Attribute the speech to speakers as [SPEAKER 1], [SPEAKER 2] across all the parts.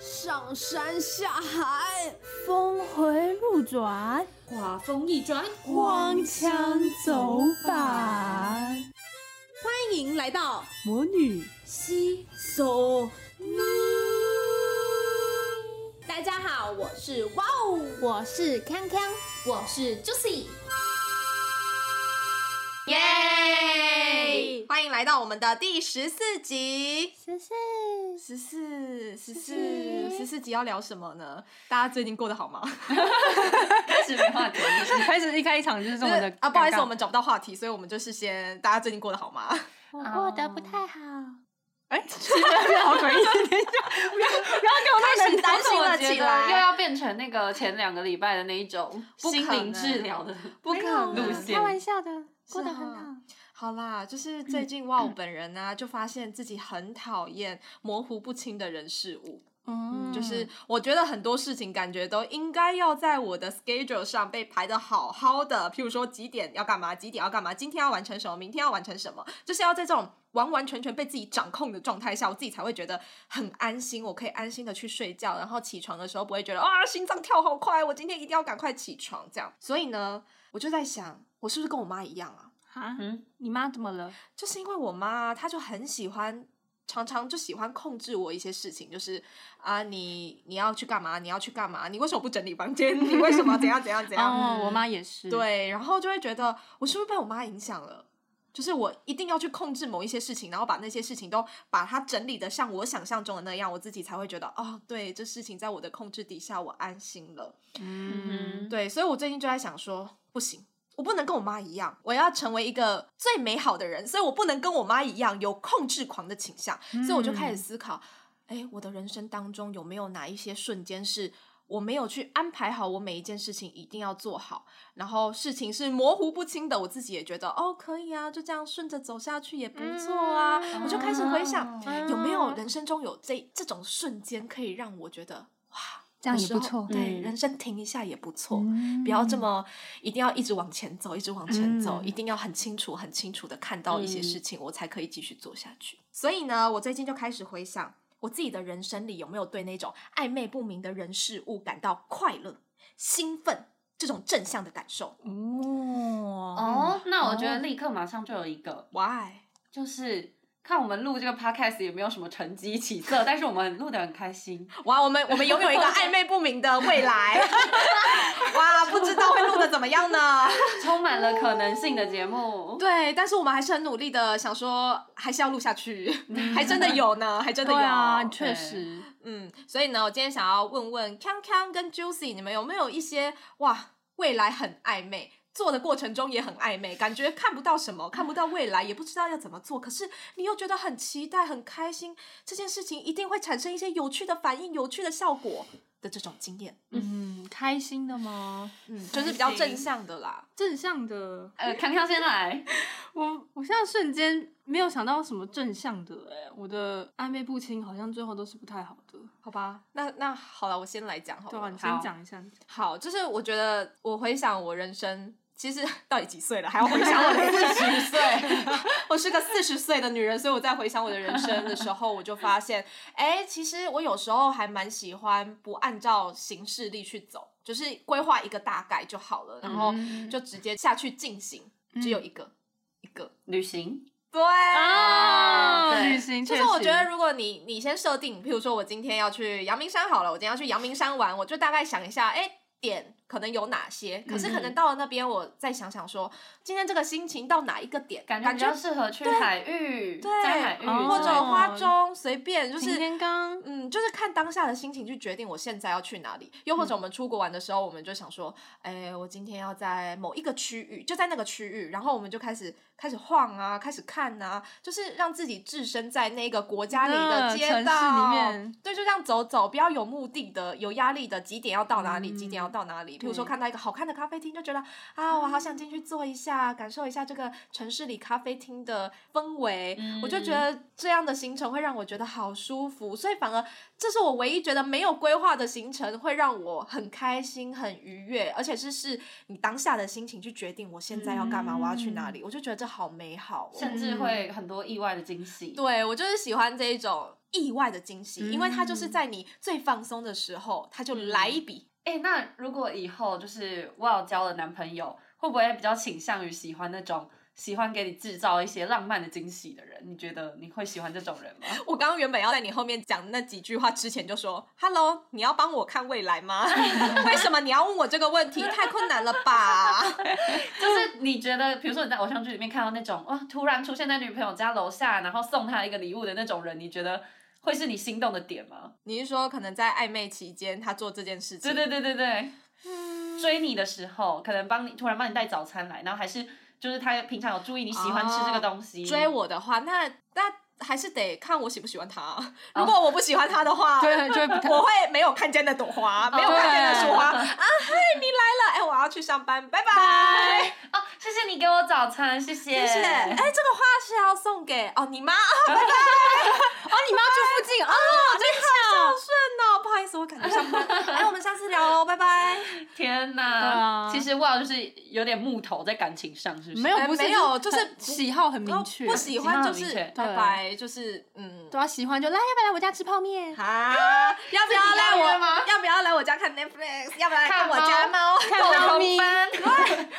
[SPEAKER 1] 上山下海，
[SPEAKER 2] 峰回路转，
[SPEAKER 3] 画风一转，
[SPEAKER 2] 光枪走板。
[SPEAKER 1] 欢迎来到
[SPEAKER 2] 魔女
[SPEAKER 3] 西
[SPEAKER 1] 搜
[SPEAKER 3] 咪。
[SPEAKER 1] 大家好，我是哇哦，
[SPEAKER 3] 我是康康，我是 Juicy。耶！
[SPEAKER 1] 欢迎来到我们的第十四集。
[SPEAKER 2] 十四，
[SPEAKER 1] 十四，十四，
[SPEAKER 2] 四
[SPEAKER 1] 十四集要聊什么呢？大家最近过得好吗？
[SPEAKER 4] 开始没话题，开始一开场就是这么的
[SPEAKER 1] 啊，不好意思，
[SPEAKER 4] 尴尬
[SPEAKER 1] 我们找不到话题，所以我们就是先大家最近过得好吗？
[SPEAKER 2] 我
[SPEAKER 4] 啊
[SPEAKER 2] 过得不太好。
[SPEAKER 4] 哎，好诡异，等一下，不要不要给我那个
[SPEAKER 1] 开始担心了起来
[SPEAKER 4] 我觉得又要变成那个前两个礼拜的那一种
[SPEAKER 1] 不可能
[SPEAKER 4] 心灵治疗的，
[SPEAKER 1] 不可能
[SPEAKER 4] 路
[SPEAKER 2] 开玩
[SPEAKER 4] 线。
[SPEAKER 2] 笑的，过得很
[SPEAKER 1] 是
[SPEAKER 2] 好
[SPEAKER 1] 啊。好啦，就是最近哇，我本人呢、就发现自己很讨厌模糊不清的人事物。
[SPEAKER 2] 嗯
[SPEAKER 1] 就是我觉得很多事情感觉都应该要在我的 schedule 上被排的好好的，譬如说几点要干嘛，几点要干嘛，今天要完成什么，明天要完成什么，就是要在这种完完全全被自己掌控的状态下，我自己才会觉得很安心，我可以安心的去睡觉，然后起床的时候不会觉得啊心脏跳好快，我今天一定要赶快起床这样。所以呢，我就在想，我是不是跟我妈一样啊？
[SPEAKER 2] 啊，
[SPEAKER 4] 嗯，
[SPEAKER 2] 你妈怎么了？
[SPEAKER 1] 就是因为我妈，她就很喜欢，常常就喜欢控制我一些事情，就是啊，你你要去干嘛？你要去干嘛？你为什么不整理房间？你为什么怎样怎样怎样？
[SPEAKER 2] 哦，我妈也是。，
[SPEAKER 1] 对，然后就会觉得我是不是被我妈影响了？就是我一定要去控制某一些事情，然后把那些事情都把它整理的像我想象中的那样，我自己才会觉得哦，对，这事情在我的控制底下，我安心了。
[SPEAKER 4] 嗯
[SPEAKER 1] 对，所以我最近就在想说，不行，我不能跟我妈一样，我要成为一个最美好的人，所以我不能跟我妈一样有控制狂的倾向，所以我就开始思考，哎，我的人生当中有没有哪一些瞬间是？我没有去安排好，我每一件事情一定要做好，然后事情是模糊不清的，我自己也觉得哦，可以啊，就这样顺着走下去也不错啊。我就开始回想，
[SPEAKER 2] 嗯
[SPEAKER 1] 哎有没有人生中有这这种瞬间可以让我觉得哇，
[SPEAKER 2] 这样
[SPEAKER 1] 有
[SPEAKER 2] 也
[SPEAKER 1] 时
[SPEAKER 2] 不
[SPEAKER 1] 候
[SPEAKER 2] 错嗯
[SPEAKER 1] 对，
[SPEAKER 4] 嗯
[SPEAKER 1] 人生停一下也不错。不要这么一定要一直往前走，一直往前走，
[SPEAKER 4] 嗯
[SPEAKER 1] 一定要很清楚、很清楚的看到一些事
[SPEAKER 2] 嗯
[SPEAKER 1] 情，我才可以继续做下去。所以呢，我最近就开始回想我自己的人生里有没有对那种暧昧不明的人事物感到快乐、兴奋这种正向的感受。嗯
[SPEAKER 2] 哦，
[SPEAKER 4] 哦，那我觉得立刻马上就有一个，
[SPEAKER 1] Why？
[SPEAKER 4] 就是看我们录这个 podcast 也没有什么成绩起色，但是我们录的很 开心，
[SPEAKER 1] 哇，我们我们拥有一个暧昧不明的未 来。哇，不知道会录的怎么样呢？
[SPEAKER 4] 充满了可能性的节 目。
[SPEAKER 1] 对，但是我们还是很努力的，想说还是要录下去，还真的有呢，还真的
[SPEAKER 2] 对
[SPEAKER 1] 有。
[SPEAKER 2] 啊，确实。
[SPEAKER 1] 嗯，所以呢，我今天想要问问康康跟 Juicy，你们有没有一些哇，未来很暧昧，做的过程中也很暧昧，感觉看不到什么，看不到未来，也不知道要怎么做，可是你又觉得很期待、很开心，这件事情一定会产生一些有趣的反应、有趣的效果的这种经验，
[SPEAKER 2] 嗯，开心的吗？
[SPEAKER 1] 嗯， 就是比较正向的啦。
[SPEAKER 2] 正向的，
[SPEAKER 4] 呃，康康先来，
[SPEAKER 2] 我我现在瞬间没有想到什么正向的哎、我的暧昧不清好像最后都是不太好的。
[SPEAKER 1] 好吧，那那好了，我先来讲好
[SPEAKER 2] 对
[SPEAKER 1] 了
[SPEAKER 2] 啊，。你先
[SPEAKER 4] 好
[SPEAKER 2] 讲一下。
[SPEAKER 1] 好，就是我觉得我回想我人生，其实 到底几岁了，还要回想我的 四十岁， 我是个四十岁的女人，所以我在回想我的人生的时候，我就发现，哎，其实我有时候还蛮喜欢不按照形式力去走，就是规划一个大概就好了，然后
[SPEAKER 2] 嗯
[SPEAKER 1] 就直接下去进行，只有一个、一个，
[SPEAKER 4] 旅行。
[SPEAKER 1] 对。啊
[SPEAKER 2] 哦，
[SPEAKER 4] 对
[SPEAKER 2] 旅行
[SPEAKER 1] 就
[SPEAKER 2] 确
[SPEAKER 1] 是
[SPEAKER 2] 实，
[SPEAKER 1] 我觉得，如果你你先设定，譬如说我今天要去阳明山好了，我今天要去阳明山玩，我就大概想一下，哎、点可能有哪些？可是
[SPEAKER 4] 嗯
[SPEAKER 1] 可能到了那边，我再想想说，今天这个心情到哪一个点，
[SPEAKER 4] 感
[SPEAKER 1] 感
[SPEAKER 4] 觉比较适合去海域，
[SPEAKER 1] 对
[SPEAKER 4] 在海域
[SPEAKER 2] 哦
[SPEAKER 1] 或
[SPEAKER 4] 之
[SPEAKER 1] 者
[SPEAKER 4] 类的
[SPEAKER 1] 花中随便，就
[SPEAKER 2] 晴
[SPEAKER 1] 是
[SPEAKER 2] 天刚
[SPEAKER 1] 嗯，就是看当下的心情去决定我现在要去哪里。又
[SPEAKER 2] 嗯
[SPEAKER 1] 或者我们出国玩的时候，我们就想说，哎、我今天要在某一个区域，就在那个区域，然后我们就开始开始晃啊，开始看啊，就是让自己置身在那个国家里的
[SPEAKER 2] 嗯
[SPEAKER 1] 街
[SPEAKER 2] 城市
[SPEAKER 1] 道
[SPEAKER 2] 里面
[SPEAKER 1] 对，就这样走走，不要有目的的、有压力的，几点要到哪里，几点要到哪里。比如说
[SPEAKER 2] 嗯对
[SPEAKER 1] 看到一个好看的咖啡厅，就觉得啊，我好想进去坐一下，感受一下这个城市里咖啡厅的氛围。我就觉得这样的行程会让我觉得好舒服，所以反而这是我唯一觉得没有规划的行程会让我很开心、很愉悦，而且是是你当下的心情去决定我现在要干嘛，我要去哪 里。我就觉得这好美好、哦。
[SPEAKER 4] 甚至会很多意外的惊喜。
[SPEAKER 1] 对我就是喜欢这一种意外的惊喜，因为它就是在你最放松的时候，它就来一笔。
[SPEAKER 4] 哎、那如果以后就是我有交了男朋友，会不会比较倾向于喜欢那种喜欢给你制造一些浪漫的惊喜的人？你觉得你会喜欢这种人吗？
[SPEAKER 1] 我刚刚原本要在你后面讲那几句话之前就说，Hello，你要帮我看未来吗？ 为什么你要问我这个问题？太困难了吧？
[SPEAKER 4] 就是你觉得，比如说你在偶像剧里面看到那种哇，突然出现在女朋友家楼下，然后送她一个礼物的那种人，你觉得会是你心动的点吗？
[SPEAKER 1] 你是说可能在暧昧期间他做这件事情？嗯
[SPEAKER 4] 对对对对对，追你的时候，可能帮你突然帮你带早餐来，然后还是就是他平常有注意你喜欢吃这个东西，
[SPEAKER 1] 哦追我的话，那那还是得看我喜不喜欢他。如果我不喜欢他的话，
[SPEAKER 2] 对，就会不太
[SPEAKER 1] 我会没有看见那朵花，没有看见那束花啊！嗨，你来了，哎，我要去上班，拜拜。
[SPEAKER 4] 哦，谢谢你给我早餐，谢谢
[SPEAKER 1] 谢谢。哎，这个花是要送给哦你妈，啊拜拜。
[SPEAKER 2] 哦，你妈住附近 哦，
[SPEAKER 1] 真孝顺哦，不好意思，我赶着上班。哎，我们下次聊喽，拜拜。
[SPEAKER 4] 天
[SPEAKER 2] 对
[SPEAKER 4] 哪！
[SPEAKER 2] 啊
[SPEAKER 4] 其实哇，就是有点木头在感情上，是不是？
[SPEAKER 2] 没有
[SPEAKER 1] 哎
[SPEAKER 2] 不是
[SPEAKER 1] 没有就是
[SPEAKER 2] 很喜好很明确，
[SPEAKER 1] 不喜欢就
[SPEAKER 4] 喜好很
[SPEAKER 1] 是
[SPEAKER 4] 明确
[SPEAKER 1] 拜拜，就是嗯。
[SPEAKER 2] 对啊，喜欢就来要不要来我家吃泡面？
[SPEAKER 1] 啊！要不要
[SPEAKER 4] 自己
[SPEAKER 1] 来
[SPEAKER 4] 要约
[SPEAKER 1] 我
[SPEAKER 4] 吗？
[SPEAKER 1] 要不要来我家看 Netflix？要不要来
[SPEAKER 4] 看
[SPEAKER 1] 看我
[SPEAKER 4] 猫
[SPEAKER 1] 家猫？
[SPEAKER 4] 狗
[SPEAKER 2] 猫咪
[SPEAKER 4] 同班，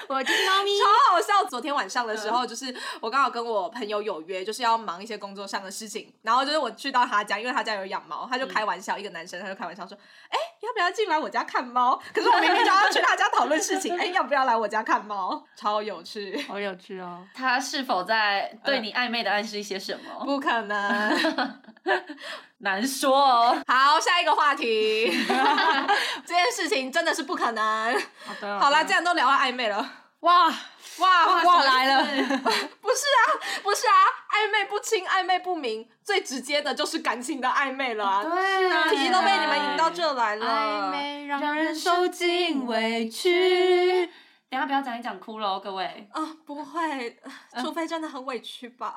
[SPEAKER 2] 我就是猫咪嗯
[SPEAKER 1] 超好笑！昨天晚上的时候，就是我刚好跟我朋友有约，就是要忙一些工作上的事情。然后就是我去到他家，因为他家有养猫，他就开玩笑，一个男生他就开玩笑说：“哎、要不要进来我家看猫？”
[SPEAKER 2] 嗯
[SPEAKER 1] 可是我明明就要去他家讨论事情，哎、要不要来我家看 猫？超有趣，
[SPEAKER 2] 好有趣哦。
[SPEAKER 4] 他是否在对你暧昧的暗示一些什么？
[SPEAKER 1] 不可能。
[SPEAKER 4] 难说哦。
[SPEAKER 1] 好，下一个 话题，这件事情真的是不可能。
[SPEAKER 2] 好的，
[SPEAKER 1] 好啦，
[SPEAKER 2] 了，
[SPEAKER 1] 既然都聊到暧昧了。
[SPEAKER 2] 哇
[SPEAKER 1] 哇
[SPEAKER 2] 哇来了，
[SPEAKER 1] 不是啊，不是啊，暧昧不清，暧昧不明，最直接的就是感情的暧昧了啊！
[SPEAKER 4] 对
[SPEAKER 1] 题都被你们引到这来了，
[SPEAKER 2] 暧昧让人受尽委屈。
[SPEAKER 4] 等一下不要讲一讲哭了哦，各位。
[SPEAKER 1] 啊、不会，
[SPEAKER 2] 嗯
[SPEAKER 1] 除非真的很委屈 吧。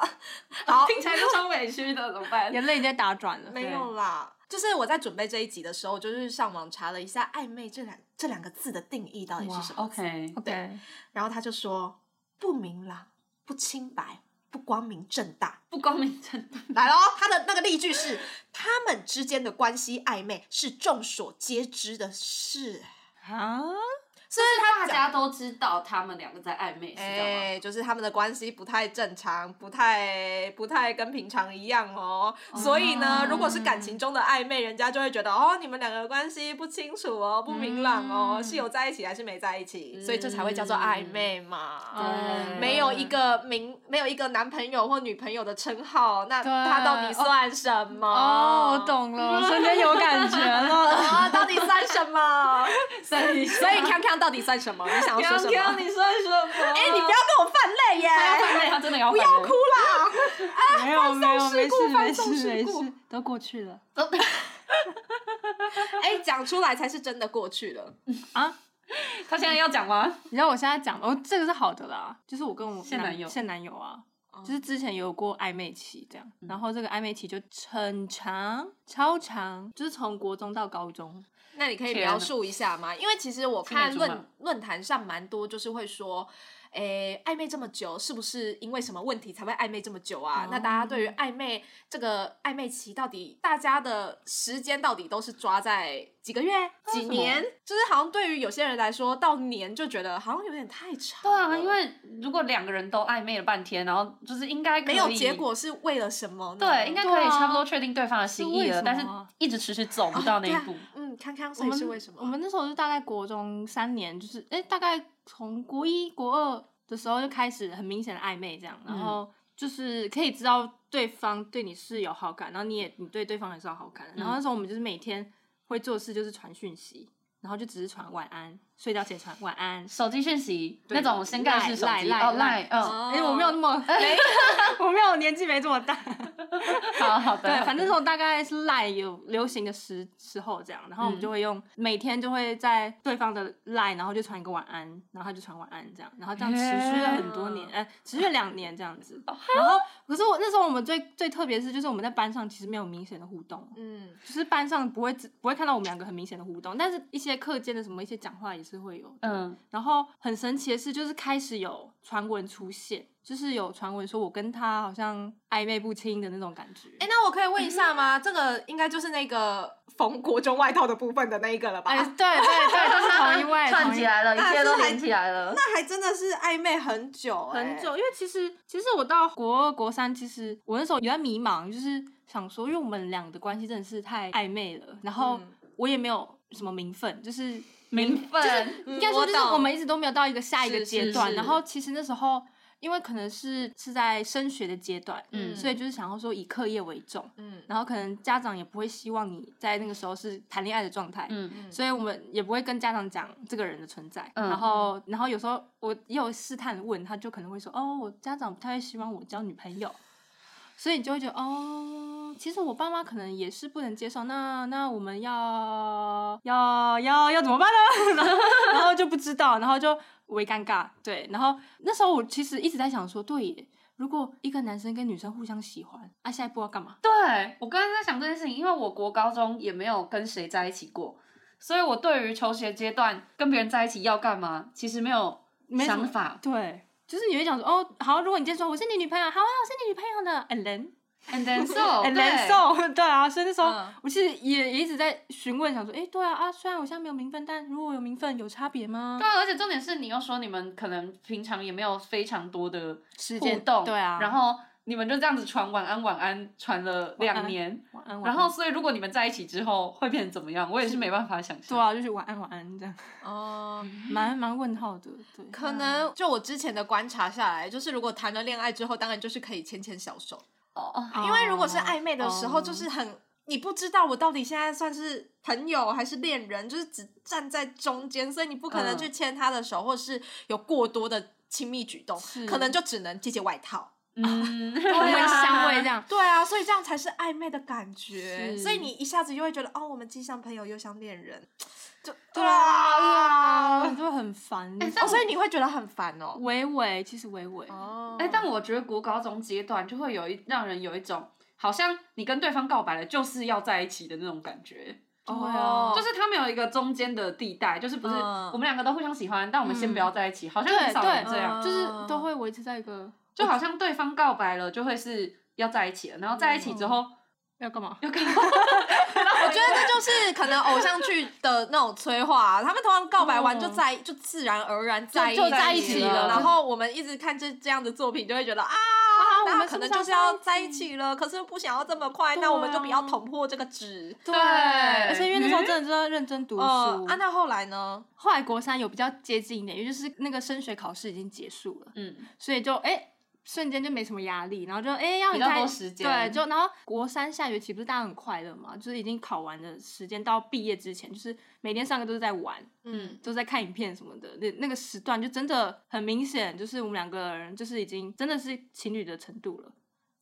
[SPEAKER 1] 好，
[SPEAKER 4] 听起来就超委屈的，怎么 办？
[SPEAKER 2] 眼泪已经在打转了，
[SPEAKER 1] 没有啦。就是我在准备这一集的时候，就是上网查了一下“暧昧”这两这两个字的定义到底是什
[SPEAKER 2] 哦
[SPEAKER 1] 么，
[SPEAKER 4] OK，
[SPEAKER 2] OK，
[SPEAKER 1] 然后他就说不明朗、不清白、不光明正大。
[SPEAKER 4] 不光明正大。
[SPEAKER 1] 来喽，他的那个例句是： 他们之间的关系暧昧是众所皆知的事。
[SPEAKER 2] 啊，
[SPEAKER 1] 所以
[SPEAKER 4] 大家都知道他们两个在暧昧，知道吗？
[SPEAKER 1] 哎、就是他们的关系不太正常，不太不太跟平常一样哦。所以呢，如果是感情中的暧昧，人家就会觉得哦，你们两个关系不清楚哦，不明朗哦，
[SPEAKER 4] 嗯
[SPEAKER 1] 是有在一起还是没在一起，所以这才会叫做暧昧嘛。
[SPEAKER 2] 嗯对
[SPEAKER 1] 没有一个名，没有一个男朋友或女朋友的称号，那
[SPEAKER 2] 对
[SPEAKER 1] 他到底算什么？
[SPEAKER 2] 哦，我。懂了，瞬间有感觉 了。
[SPEAKER 1] 啊，到底算什 么？
[SPEAKER 4] 所以
[SPEAKER 1] 所以康康到底算什么？你想要说什么？
[SPEAKER 4] 你算什么？
[SPEAKER 1] 哎、
[SPEAKER 4] 哎
[SPEAKER 1] 你不要跟我犯累耶！
[SPEAKER 4] 他要犯哎累，他真的要不
[SPEAKER 1] 不要哭啦！
[SPEAKER 2] 没有没有，没事
[SPEAKER 1] 放
[SPEAKER 2] 没
[SPEAKER 1] 松
[SPEAKER 2] 事
[SPEAKER 1] 事
[SPEAKER 2] 没
[SPEAKER 1] 故
[SPEAKER 2] 事，都过去了
[SPEAKER 1] 哎，讲出来才是真的过去了。
[SPEAKER 2] 啊。
[SPEAKER 4] 他现在要讲吗？
[SPEAKER 2] 你知道我现在讲吗，我这个是好的啦，就是我跟我
[SPEAKER 4] 现男友
[SPEAKER 2] 现男友啊，
[SPEAKER 1] 哦
[SPEAKER 2] 就是之前有过暧昧期这样，
[SPEAKER 1] 嗯
[SPEAKER 2] 然后这个暧昧期就很长，超长，就是从国中到高中，
[SPEAKER 1] 那你可以
[SPEAKER 4] 天
[SPEAKER 1] 描
[SPEAKER 4] 哪
[SPEAKER 1] 述一下吗？因为其实我
[SPEAKER 4] 青梅
[SPEAKER 1] 看
[SPEAKER 4] 竹马
[SPEAKER 1] 论论坛上蛮多，就是会说，诶，暧昧这么久，是不是因为什么问题才会暧昧这么久啊？
[SPEAKER 2] 哦
[SPEAKER 1] 那大家对于暧昧这个暧昧期，到底大家的时间到底都是抓在几个月、几
[SPEAKER 4] 什么
[SPEAKER 1] 年？就是好像对于有些人来说，到年就觉得好像有点太长
[SPEAKER 4] 对
[SPEAKER 1] 了。
[SPEAKER 4] 啊，因为如果两个人都暧昧了半天，然后就是应该可以
[SPEAKER 1] 没有结。果是为了什么呢？
[SPEAKER 4] 对，应该可以
[SPEAKER 2] 对啊
[SPEAKER 4] 差不多确定对方的心意了，
[SPEAKER 2] 是为什么啊哦
[SPEAKER 4] 但是一直迟迟走不到那一
[SPEAKER 1] 对啊
[SPEAKER 4] 步。
[SPEAKER 1] 嗯，康康，
[SPEAKER 2] 我
[SPEAKER 1] 所以
[SPEAKER 2] 们
[SPEAKER 1] 是为什么？
[SPEAKER 2] 我们那时候是大概国中三年，就是哎、诶大概从国一、国二的时候就开始很明显的暧昧这样，
[SPEAKER 1] 嗯
[SPEAKER 2] 然后就是可以知道对方对你是有好感，然后你也你对对方也是有好感的，
[SPEAKER 1] 嗯
[SPEAKER 2] 然后那时候我们就是每天会做事就是传讯息，然后就只是传晚安，睡觉前传晚安。
[SPEAKER 4] 手机讯息
[SPEAKER 2] 对
[SPEAKER 4] 那种先盖式手
[SPEAKER 2] 赖
[SPEAKER 4] 机
[SPEAKER 2] 赖
[SPEAKER 4] 哦，
[SPEAKER 2] 赖
[SPEAKER 4] 赖嗯，
[SPEAKER 2] 哎、我没有那么， 没，我没有年纪没这么大。
[SPEAKER 4] 好好的，
[SPEAKER 2] 对，反正那时候大概是赖有流行的时时候这样，然后我们就会用、每天就会在对方的赖，然后就传一个晚安，然后他就传晚安这样，然后这样持续了很多年，哎、哦持续了两年这样子。然后可是我那时候我们最最特别是就是我们在班上其实没有明显的互动，
[SPEAKER 1] 嗯，
[SPEAKER 2] 就是班上不会只不会看到我们两个很明显的互动，但是一些课间的什么一些讲话也是会有的。
[SPEAKER 4] 嗯，
[SPEAKER 2] 然后很神奇的是，就是开始有传闻出现，就是有传闻说我跟他好像暧昧不清的那种感觉。
[SPEAKER 1] 哎、那我可以问一下
[SPEAKER 2] 嗯
[SPEAKER 1] 吗？这个应该就是那个缝国中外套的部分的那一个了吧？
[SPEAKER 2] 哎，对对对，都是同一 位，
[SPEAKER 4] 串
[SPEAKER 2] 同一
[SPEAKER 4] 起来了，一
[SPEAKER 1] 啊
[SPEAKER 4] 切
[SPEAKER 1] 是
[SPEAKER 4] 都
[SPEAKER 1] 还
[SPEAKER 4] 连起来了。
[SPEAKER 1] 那还真的是暧昧很久、哎
[SPEAKER 2] 很久，。因为其实其实我到国二国三，其实我那时候有在迷茫，就是想说，因为我们俩的关系真的是太暧昧了，然后
[SPEAKER 1] 嗯
[SPEAKER 2] 我也没有什么名分，就是
[SPEAKER 4] 名分，
[SPEAKER 1] 嗯
[SPEAKER 2] 应该说就是我们一直都没有到一个下一个
[SPEAKER 4] 是
[SPEAKER 2] 阶
[SPEAKER 4] 是
[SPEAKER 2] 段。
[SPEAKER 4] 是
[SPEAKER 2] 然后其实那时候因为可能是是在升学的阶段，
[SPEAKER 4] 嗯
[SPEAKER 2] 所以就是想要说以课业为重，
[SPEAKER 1] 嗯
[SPEAKER 2] 然后可能家长也不会希望你在那个时候是谈恋爱的状态，
[SPEAKER 4] 嗯
[SPEAKER 2] 所以我们也不会跟家长讲这个人的存在。
[SPEAKER 4] 嗯
[SPEAKER 2] 然后，然后有时候我也有试探问，他就可能会说：“哦，我家长不太会希望我交女朋友。”所以你就会觉得哦，其实我爸妈可能也是不能接受，那那我们要要要要怎么办呢？ 然后然后就不知道，然后就微尴尬，对。然后那时候我其实一直在想说，对耶，如果一个男生跟女生互相喜欢，啊，下一步要干嘛？
[SPEAKER 4] 对我刚才在想这件事情，因为我国高中也没有跟谁在一起过，所以我对于求学阶段跟别人在一起要干嘛，其实没有
[SPEAKER 2] 没什么
[SPEAKER 4] 想法。
[SPEAKER 2] 对，就是你会想说，哦，好，如果你今天说我是你女朋友，好啊，我是你女朋友呢，and then。
[SPEAKER 4] And then so，
[SPEAKER 2] 很
[SPEAKER 4] 对
[SPEAKER 2] 难受， 对啊，所以那时候、
[SPEAKER 1] 哦嗯
[SPEAKER 2] 我其实也也一直在询问，想说，哎、对啊啊，虽然我现在没有名分，但如果有名分有差别吗？
[SPEAKER 4] 对，而且重点是你又说你们可能平常也没有非常多的
[SPEAKER 2] 时
[SPEAKER 4] 互
[SPEAKER 2] 间
[SPEAKER 4] 动，
[SPEAKER 2] 对啊，
[SPEAKER 4] 然后你们就这样子传晚安晚安传了
[SPEAKER 2] 晚
[SPEAKER 4] 两
[SPEAKER 2] 安
[SPEAKER 4] 年，
[SPEAKER 2] 晚安，晚
[SPEAKER 4] 然
[SPEAKER 2] 安
[SPEAKER 4] 后所以如果你们在一起之后会变成怎么样，我也是没办法想
[SPEAKER 2] 对
[SPEAKER 4] 象。
[SPEAKER 2] 啊，就是晚安晚安这样，
[SPEAKER 1] 哦、
[SPEAKER 2] 蛮蛮问号的，对，
[SPEAKER 1] 可能就我之前的观察下来，就是如果谈了恋爱之后，当然就是可以牵牵小手，
[SPEAKER 4] 哦，
[SPEAKER 2] 啊
[SPEAKER 1] 因为如果是暧昧的时候，
[SPEAKER 2] 哦
[SPEAKER 1] 就是很。你不知道我到底现在算是朋友还是恋人，就是只站在中间，所以你不可能
[SPEAKER 4] 嗯
[SPEAKER 1] 去牵他的手，或是有过多的亲密举动
[SPEAKER 2] 是，
[SPEAKER 1] 可能就只能借借外套。
[SPEAKER 4] 嗯，
[SPEAKER 2] 闻
[SPEAKER 4] 对啊
[SPEAKER 2] 香味这 样，
[SPEAKER 1] 对啊，所以这样才是暧昧的感觉。
[SPEAKER 2] 是
[SPEAKER 1] 所以你一下子就会觉得，哦，我们既像朋友又像恋人，就对
[SPEAKER 2] 啊，
[SPEAKER 1] 啊，
[SPEAKER 2] 就很烦。
[SPEAKER 4] 诶但
[SPEAKER 1] 哦，
[SPEAKER 4] 我
[SPEAKER 1] 所以你会觉得很烦哦。
[SPEAKER 2] 微微其实微微，
[SPEAKER 1] 哦，
[SPEAKER 4] 哎、但我觉得国高中阶段就会有一让人有一种好像你跟对方告白了就是要在一起的那种感觉，
[SPEAKER 2] 对啊，
[SPEAKER 1] 哦
[SPEAKER 4] 就是他们有一个中间的地带，就是不是
[SPEAKER 1] 嗯
[SPEAKER 4] 我们两个都互相喜欢，但我们先不要在一起，好
[SPEAKER 2] 嗯
[SPEAKER 4] 像
[SPEAKER 2] 对
[SPEAKER 4] 很少人这样，
[SPEAKER 1] 嗯
[SPEAKER 2] 就是都会维持在一个
[SPEAKER 4] 就好像对方告白了就会是要在一起了，然后在一起之后
[SPEAKER 2] 要干嘛？
[SPEAKER 4] 又告
[SPEAKER 1] 我觉得这就是可能偶像剧的那种催化，啊他们通常告白完就在就自然而然在
[SPEAKER 2] 嗯就在一起
[SPEAKER 1] 了。
[SPEAKER 4] 了
[SPEAKER 1] 然后我们一直看这这样的作品，就会觉得啊，
[SPEAKER 2] 我
[SPEAKER 1] 那
[SPEAKER 2] 们
[SPEAKER 1] 可能
[SPEAKER 2] 是不
[SPEAKER 1] 就是是
[SPEAKER 2] 要
[SPEAKER 1] 要在一起了，可是不想要这么快，
[SPEAKER 2] 对啊
[SPEAKER 1] 那我们就不要捅破这个纸。
[SPEAKER 2] 对嗯
[SPEAKER 4] 而
[SPEAKER 2] 而且因为那时候真的真的认真读书，
[SPEAKER 1] 呃，啊，那后来呢？
[SPEAKER 2] 后来国三有比较接近一点，也就是那个升学考试已经结束了，
[SPEAKER 4] 嗯，
[SPEAKER 2] 所以就哎、瞬间就没什么压力，然后就哎、要你
[SPEAKER 4] 比较
[SPEAKER 2] 在
[SPEAKER 4] 多时间
[SPEAKER 2] 对，就然后国三下学期不是大家很快乐嘛，就是已经考完的时间到毕业之前，就是每天上课都是在玩，
[SPEAKER 1] 嗯，
[SPEAKER 2] 都在看影片什么的，那那个时段就真的很明显，就是我们两个人就是已经真的是情侣的程度了，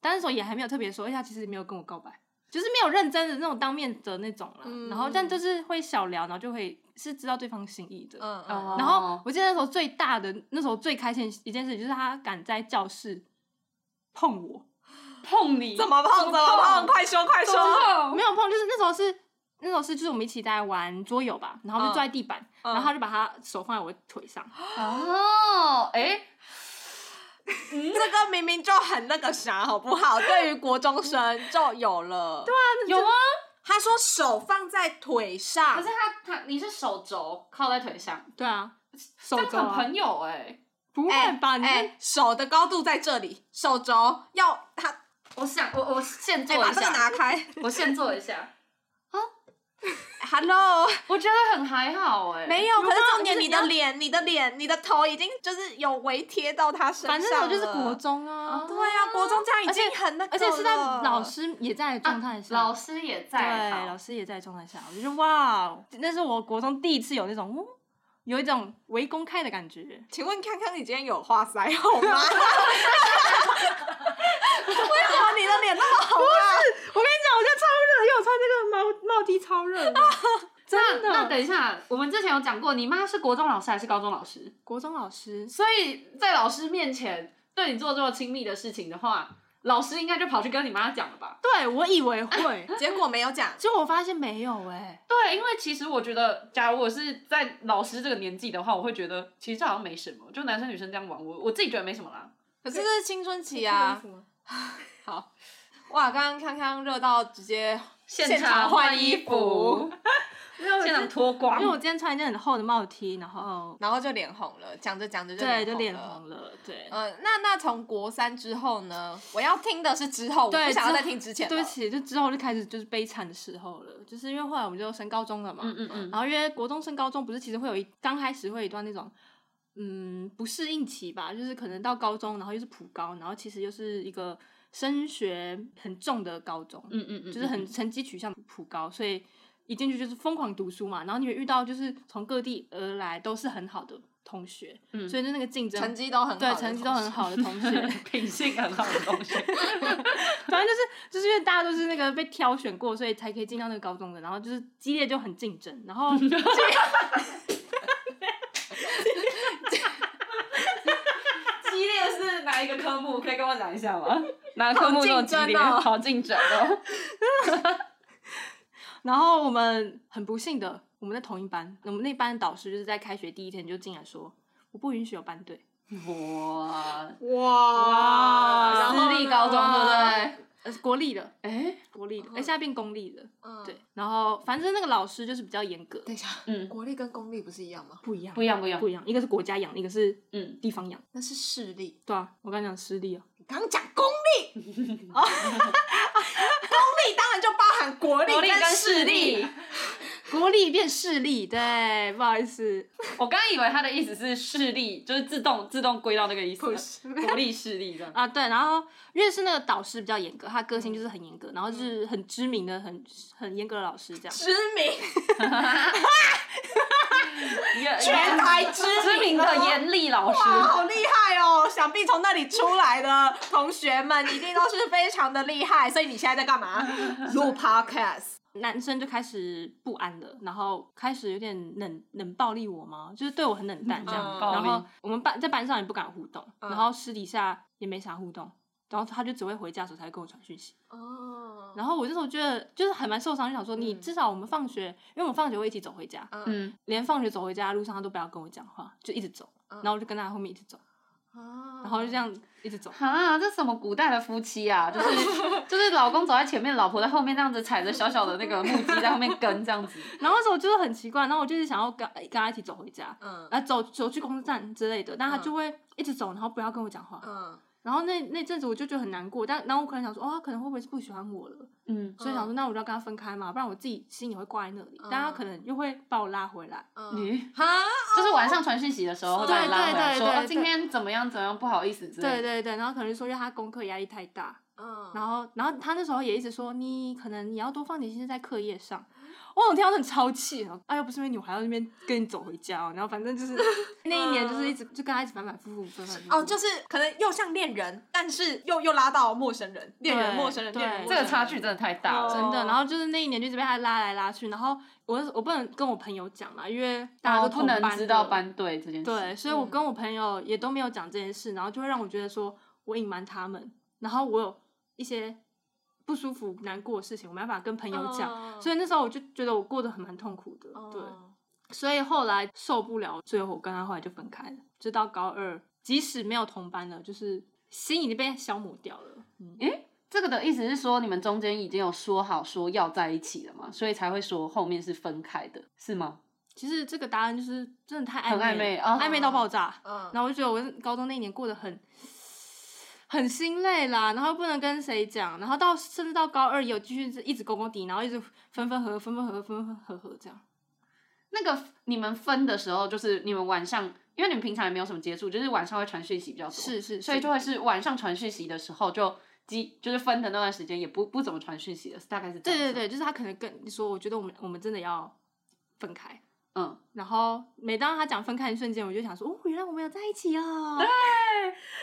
[SPEAKER 2] 但那时候也还没有特别说，哎呀，其实没有跟我告白。就是没有认真的那种当面的那种啦，
[SPEAKER 1] 嗯
[SPEAKER 2] 然后但就是会小聊，然后就会是知道对方心意的，
[SPEAKER 1] 嗯
[SPEAKER 4] 哦
[SPEAKER 1] 嗯
[SPEAKER 2] 然后我记得那时候最大的，那时候最开心的一件事情就是他敢在教室碰我，
[SPEAKER 4] 碰你
[SPEAKER 1] 嗯怎么碰？怎么碰？快说快
[SPEAKER 4] 怎么
[SPEAKER 1] 说！
[SPEAKER 4] 碰
[SPEAKER 2] 没有碰，就是那时候是那时候是就是我们一起在玩桌游吧，然后我
[SPEAKER 1] 嗯
[SPEAKER 2] 们就坐在地板，
[SPEAKER 1] 嗯
[SPEAKER 2] 然后他就把他手放在我腿上，
[SPEAKER 4] 哦，哎、
[SPEAKER 1] 这个明明就很那个啥，好不好？对于国中生就有了。对啊，
[SPEAKER 4] 有吗？
[SPEAKER 1] 他说手放在腿上，
[SPEAKER 4] 可是他他你是手肘靠在腿上，
[SPEAKER 2] 对啊，手
[SPEAKER 4] 这
[SPEAKER 2] 肘
[SPEAKER 4] 样
[SPEAKER 2] 啊、
[SPEAKER 4] 很朋友哎、
[SPEAKER 2] 不会吧？你看
[SPEAKER 1] 哎手的高度在这里，手肘要他
[SPEAKER 4] 我想我我现
[SPEAKER 1] 哎、
[SPEAKER 4] 做
[SPEAKER 1] 把
[SPEAKER 4] 一
[SPEAKER 1] 这个
[SPEAKER 4] 下，
[SPEAKER 1] 拿开。
[SPEAKER 4] 我现做一下，
[SPEAKER 1] Hello，
[SPEAKER 4] 我觉得很还好哎、
[SPEAKER 1] 没有，可是重点
[SPEAKER 2] 就是
[SPEAKER 1] 你
[SPEAKER 2] 你要
[SPEAKER 1] 的脸、你的脸、你的头已经就是有微贴到他身
[SPEAKER 2] 反
[SPEAKER 1] 上
[SPEAKER 2] 正我就是
[SPEAKER 1] 了
[SPEAKER 2] 国。中啊，
[SPEAKER 1] 对啊，国中这样已经很那个
[SPEAKER 2] 而且是在
[SPEAKER 1] 了
[SPEAKER 2] 老师也在的状态下。
[SPEAKER 4] 老师也在，
[SPEAKER 2] 对，老
[SPEAKER 4] 师
[SPEAKER 2] 师也啊在状态下，我就觉得哇哦，那是我国中第一次有那种，嗯有一种围公开的感 觉。
[SPEAKER 1] 请问康康，你今天有画腮红吗？为什么你的脸那么红啊？
[SPEAKER 2] 我跟你讲，我现在超热，因为我穿这个帽帽 T 超热的。 真的
[SPEAKER 4] 那那等一下，我们之前有讲过，你妈是国中老师还是高中老师？
[SPEAKER 2] 国中老师，
[SPEAKER 4] 所以在老师面前对你做这么亲密的事情的话，老师应该就跑去跟你妈讲了吧？
[SPEAKER 2] 对我以为会，
[SPEAKER 1] 结果没有讲，
[SPEAKER 2] 结果我发现没有哎、
[SPEAKER 4] 对，因为其实我觉得，假如我是在老师这个年纪的话，我会觉得其实这好像没什么，就男生女生这样玩，我我自己觉得没什么啦。
[SPEAKER 1] 可是这是青春期啊。
[SPEAKER 2] 好，
[SPEAKER 1] 哇，刚刚康康热到直接
[SPEAKER 4] 现
[SPEAKER 1] 场
[SPEAKER 4] 场
[SPEAKER 1] 换
[SPEAKER 4] 换
[SPEAKER 1] 衣
[SPEAKER 4] 衣
[SPEAKER 1] 服
[SPEAKER 4] 服，现场脱光
[SPEAKER 2] 因为。我今天穿一件很厚的帽 T，然后
[SPEAKER 1] 然后就脸红了，讲着讲着就
[SPEAKER 2] 对就
[SPEAKER 1] 脸
[SPEAKER 2] 脸
[SPEAKER 1] 了
[SPEAKER 2] 红了，哦对。
[SPEAKER 1] 呃，那那从国三之后呢？我要听的是之后，我
[SPEAKER 2] 对
[SPEAKER 1] 不想要
[SPEAKER 2] 之
[SPEAKER 1] 再
[SPEAKER 2] 后
[SPEAKER 1] 听之前了。
[SPEAKER 2] 对不起，就之后就开始就是悲惨的时候了，就是因为后来我们就升高中了嘛，
[SPEAKER 4] 嗯嗯嗯，
[SPEAKER 2] 然后因为国中升高中不是其实会有一刚开始会有一段那种嗯不适应期吧，就是可能到高中，然后又是普高，然后其实又是一个升学很重的高中，
[SPEAKER 4] 嗯嗯嗯，
[SPEAKER 2] 就是很成绩取向普高，所以一进去就是疯狂读书嘛，然后你也遇到就是从各地而来都是很好的同学，
[SPEAKER 4] 嗯
[SPEAKER 2] 所以就那个竞争
[SPEAKER 1] 成绩都很好，
[SPEAKER 2] 对成绩都很。好的同学，
[SPEAKER 4] 品性很好的同学。
[SPEAKER 2] 反正就是就是因为大家都是那个被挑选过，所以才可以进到那个高中的，然后就是激烈就很竞争，然后
[SPEAKER 4] 激烈是哪一个科目？可以跟我讲一下吗？哪个科目那么激烈？
[SPEAKER 1] 好
[SPEAKER 4] 好竞争哦！
[SPEAKER 2] 然后我们很不幸的，我们在同一班，我们那班的导师就是在开学第一天就进来说，我不允许有班队，
[SPEAKER 4] 哇，
[SPEAKER 1] 哇
[SPEAKER 2] 哇
[SPEAKER 1] 然后
[SPEAKER 4] 私立高中对不对？
[SPEAKER 1] 呢？
[SPEAKER 4] 哎、
[SPEAKER 2] 呃，是国立的，国立的，哎，现在变公立的，
[SPEAKER 1] 嗯，
[SPEAKER 2] 对，。然后反正那个老师就是比较严格，
[SPEAKER 1] 等一下，
[SPEAKER 4] 嗯
[SPEAKER 1] 国立跟公立不是一样吗？
[SPEAKER 2] 不一样，
[SPEAKER 4] 不一样不一样
[SPEAKER 2] 不一样，一个是国家养，一个是
[SPEAKER 4] 嗯，
[SPEAKER 2] 地方养，
[SPEAKER 1] 那是势力。
[SPEAKER 2] 对啊，我刚讲私立啊，
[SPEAKER 1] 你刚刚讲公立，公 哦啊立当然就包含国力
[SPEAKER 4] 国力跟
[SPEAKER 1] 势
[SPEAKER 4] 势力。
[SPEAKER 2] 国立变市立，对，不好意思，
[SPEAKER 4] 我刚刚以为他的意思是势力，就是自动自动归到那个意思了，国力势 力这样。
[SPEAKER 2] 啊，对，然后因为是那个导师比较严格，他个性就是很严格，然后就是很知名的、很很严格的老师这样。
[SPEAKER 1] 知名，全
[SPEAKER 4] 全
[SPEAKER 1] 台知
[SPEAKER 4] 知名
[SPEAKER 1] 名
[SPEAKER 4] 的
[SPEAKER 1] 哦
[SPEAKER 4] 严厉老师，
[SPEAKER 1] 哇，好厉害哦！想必从那里出来的同学们一定都是非常的厉害，所以你现在在干嘛？ 录 podcast。
[SPEAKER 2] 男生就开始不安了，然后开始有点冷冷暴力我嘛，就是对我很冷淡这样。
[SPEAKER 1] 嗯
[SPEAKER 2] 然
[SPEAKER 4] 暴
[SPEAKER 2] 后
[SPEAKER 4] 力
[SPEAKER 2] 我们班在班上也不敢互动，
[SPEAKER 1] 嗯
[SPEAKER 2] 然后私底下也没啥互动。然后他就只会回家的时候才会跟我传讯息，
[SPEAKER 1] 哦，
[SPEAKER 2] 然后我那时候觉得就是还蛮受伤，就想说你
[SPEAKER 1] 嗯
[SPEAKER 2] 至少我们放学，因为我们放学会一起走回家，
[SPEAKER 1] 嗯
[SPEAKER 4] 嗯，
[SPEAKER 2] 连放学走回家的路上他都不要跟我讲话，就一直走，
[SPEAKER 1] 嗯
[SPEAKER 2] 然后我就跟他后面一直走，然
[SPEAKER 1] 然
[SPEAKER 2] 后就这，样一直走，
[SPEAKER 1] 嗯
[SPEAKER 4] 啊，这什么古代的夫妻啊？就是 就是老公走在前面，老婆在后面，这样子踩着小小的那个木屐在后面跟这样子。
[SPEAKER 2] 然后那时候就是很奇怪，然后我就是想要跟跟他一起走回家，
[SPEAKER 1] 嗯
[SPEAKER 2] 啊走走去公车站之类的，但他就
[SPEAKER 1] 嗯
[SPEAKER 2] 会一直走，然后不要跟我讲话。
[SPEAKER 1] 嗯，
[SPEAKER 2] 然后那那阵子我就觉得很难过，但然后我可能想说，哦，他可能会不会是不喜欢我了？
[SPEAKER 4] 嗯，
[SPEAKER 2] 所以想说，那我就要跟他分开嘛，不然我自己心里会挂在那里，但他可能又会把我拉回来。
[SPEAKER 1] 嗯
[SPEAKER 4] 你
[SPEAKER 1] 哈，
[SPEAKER 4] 就是晚上传讯息的时候，会把你拉回来
[SPEAKER 2] 对对对
[SPEAKER 4] 说
[SPEAKER 2] 对
[SPEAKER 4] 哦
[SPEAKER 2] 对
[SPEAKER 4] 今天怎么样怎么样，不好意思之类的。
[SPEAKER 2] 对对对，然后可能就说因为他功课压力太大，
[SPEAKER 1] 嗯，
[SPEAKER 2] 然后然后他那时候也一直说，你可能也要多放点心思在课业上。我有天我很超气，然后哎又不是因为你，我还要那边跟你走回家、哦，然后反正就是那一年就是一直就跟他一直反反复复，反反复复。
[SPEAKER 1] 哦，就是可能又像恋人，但是又又拉到陌生人，恋人、
[SPEAKER 2] 对
[SPEAKER 1] 陌生人、
[SPEAKER 2] 对
[SPEAKER 1] 恋人，陌
[SPEAKER 4] 这
[SPEAKER 1] 生人
[SPEAKER 4] 个差距真的太大了。
[SPEAKER 2] 真
[SPEAKER 1] 哦
[SPEAKER 2] 的。然后就是那一年就一直被他拉来拉去，然后我我不能跟我朋友讲嘛，因为大家都
[SPEAKER 4] 不
[SPEAKER 2] 同
[SPEAKER 4] 能
[SPEAKER 2] 班
[SPEAKER 4] 哦知道
[SPEAKER 2] 的
[SPEAKER 4] 班队这件事。
[SPEAKER 2] 对，所以我
[SPEAKER 1] 嗯
[SPEAKER 2] 跟我朋友也都没有讲这件事，然后就会让我觉得说我隐瞒他们，然后我有一些不舒服、难过的事情，我没办法跟朋友讲。
[SPEAKER 1] 嗯
[SPEAKER 2] 所以那时候我就觉得我过得很蛮痛苦的，
[SPEAKER 4] 嗯
[SPEAKER 2] 对，
[SPEAKER 1] 哦
[SPEAKER 2] 所以后来受不了，最后我跟他后来就分开了，直到高二，即使没有同班了，就是心已经被消磨掉了，嗯，
[SPEAKER 4] 这个的意思是说，你们中间已经有说好说要在一起了嘛，所以才会说后面是分开的，是吗？
[SPEAKER 2] 其实这个答案就是真的太暧
[SPEAKER 4] 很
[SPEAKER 2] 昧
[SPEAKER 4] 暧
[SPEAKER 2] 了
[SPEAKER 4] 昧啊
[SPEAKER 2] 暧昧到爆炸。
[SPEAKER 1] 嗯，
[SPEAKER 2] 然后我就觉得我高中那一年过得很很心累啦，然后不能跟谁讲，然后到甚至到高二也有继续一直勾勾底，然后一直分分合合，分分合合，分分合合这样。
[SPEAKER 4] 那个你们分的时候，就是你们晚上，因为你们平常也没有什么接触，就是晚上会传讯息比较多，
[SPEAKER 2] 是是，
[SPEAKER 4] 所以
[SPEAKER 2] 是
[SPEAKER 4] 就会是晚上传讯息的时候就基就是分的那段时间也不不怎么传讯息了，大概是这
[SPEAKER 2] 对
[SPEAKER 4] 样
[SPEAKER 2] 对
[SPEAKER 4] 子，
[SPEAKER 2] 对，就是他可能跟你说，我觉得我们我们真的要分开。
[SPEAKER 4] 嗯，
[SPEAKER 2] 然后每当他讲分开的瞬间，我就想说，哦，原来我们有在一起哦。对，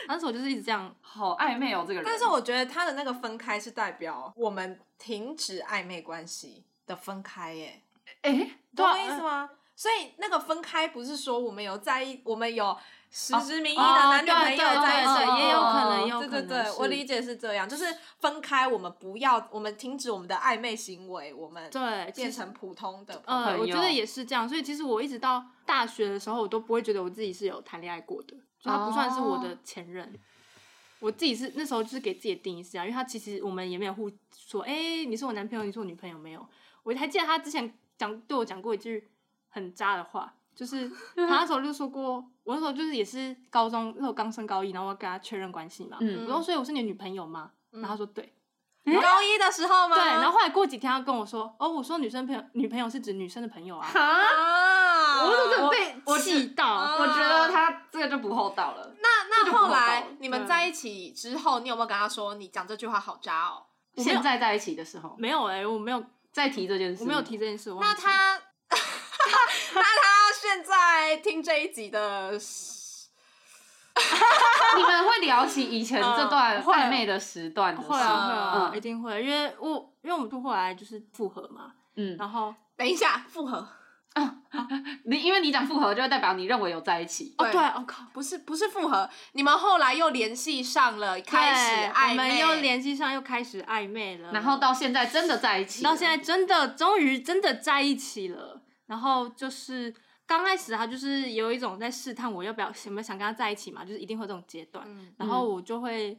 [SPEAKER 2] 当时我就是一直这样，
[SPEAKER 4] 好暧昧哦，这个人。
[SPEAKER 1] 但是我觉得他的那个分开是代表我们停止暧昧关系的分开耶，
[SPEAKER 4] 哎、
[SPEAKER 1] 懂我
[SPEAKER 2] 对啊
[SPEAKER 1] 意思吗？所以那个分开不是说我们有在一，我们有实质名义的
[SPEAKER 2] 哦
[SPEAKER 1] 男女
[SPEAKER 2] 对
[SPEAKER 1] 朋友
[SPEAKER 2] 对
[SPEAKER 1] 在一
[SPEAKER 2] 对
[SPEAKER 1] 起，
[SPEAKER 2] 对也有可能
[SPEAKER 1] 哦
[SPEAKER 2] 也有
[SPEAKER 1] 对
[SPEAKER 2] 可
[SPEAKER 1] 对
[SPEAKER 2] 能
[SPEAKER 1] 对，我
[SPEAKER 2] 是
[SPEAKER 1] 理解是这样，就是分开，我们不要，我们停止我们的暧昧行为，我们
[SPEAKER 2] 对，其
[SPEAKER 1] 变
[SPEAKER 2] 实
[SPEAKER 1] 成普通的朋友。
[SPEAKER 2] 呃，我觉得
[SPEAKER 4] 友
[SPEAKER 2] 也是这样，所以其实我一直到大
[SPEAKER 1] 哦
[SPEAKER 2] 学的时候，我都不会觉得我自己是有谈恋爱过的，就他不算是我的前任。我自己是那时候就是给自己的定义是这样，因为他其实我们也没有互说，哎、你是我男朋友，你是我女朋友没有？我还记得他之前讲对我讲过一句很渣的话，就是 他那时候就说过，我那时候就是也是高中，那时候刚升高一，然后我要跟他确认关系嘛，
[SPEAKER 4] 嗯
[SPEAKER 2] 我说所以我是你的女朋友吗？
[SPEAKER 1] 嗯
[SPEAKER 2] 然后他说对，
[SPEAKER 1] 高一的时候吗？
[SPEAKER 2] 对，然后后来过几天他跟我说，哦，我说女生朋友女朋友是指女生的朋友 啊，
[SPEAKER 4] 哈，
[SPEAKER 1] 啊，
[SPEAKER 4] 我怎么
[SPEAKER 2] 呃我
[SPEAKER 4] 被
[SPEAKER 2] 我呃
[SPEAKER 4] 气
[SPEAKER 2] 气到，
[SPEAKER 4] 我觉得他这个就不厚道了。
[SPEAKER 1] 那那
[SPEAKER 4] 就不
[SPEAKER 1] 后
[SPEAKER 4] 好
[SPEAKER 1] 来
[SPEAKER 4] 搞了
[SPEAKER 1] 你们在一起之后，你有没有跟他说你讲这句话好渣哦？
[SPEAKER 2] 我没有
[SPEAKER 4] 现在在一起的时候
[SPEAKER 2] 没有哎、我没有
[SPEAKER 4] 再提这件事，
[SPEAKER 2] 我没有提这件事，我忘
[SPEAKER 1] 那
[SPEAKER 2] 记
[SPEAKER 1] 他 那他现在听这一集的是，
[SPEAKER 4] 你们会聊起以前这段
[SPEAKER 2] 嗯会
[SPEAKER 4] 暧昧的时段的 事
[SPEAKER 2] 会啊会啊，
[SPEAKER 4] 嗯
[SPEAKER 2] 一定会，因为我因为我们就后来就是复合嘛，
[SPEAKER 4] 嗯，
[SPEAKER 2] 然后
[SPEAKER 1] 等一下复合
[SPEAKER 4] 你因为你讲复合，就代表你认为有在一起。
[SPEAKER 2] 哦
[SPEAKER 1] 对
[SPEAKER 2] 对，我、靠，
[SPEAKER 1] 不是不是复合，你们后来又联系上了，开始
[SPEAKER 2] 对
[SPEAKER 1] 暧
[SPEAKER 2] 我们
[SPEAKER 1] 昧，
[SPEAKER 2] 又联系上，又开始暧昧了，
[SPEAKER 4] 然后到现在真的在一起
[SPEAKER 2] 嗯
[SPEAKER 4] 了，
[SPEAKER 2] 到现在真的终于真的在一起了，然后就是。刚开始他就是有一种在试探我要不要有没有想跟他在一起嘛，就是一定会有这种阶段，
[SPEAKER 1] 嗯
[SPEAKER 2] 然后我就会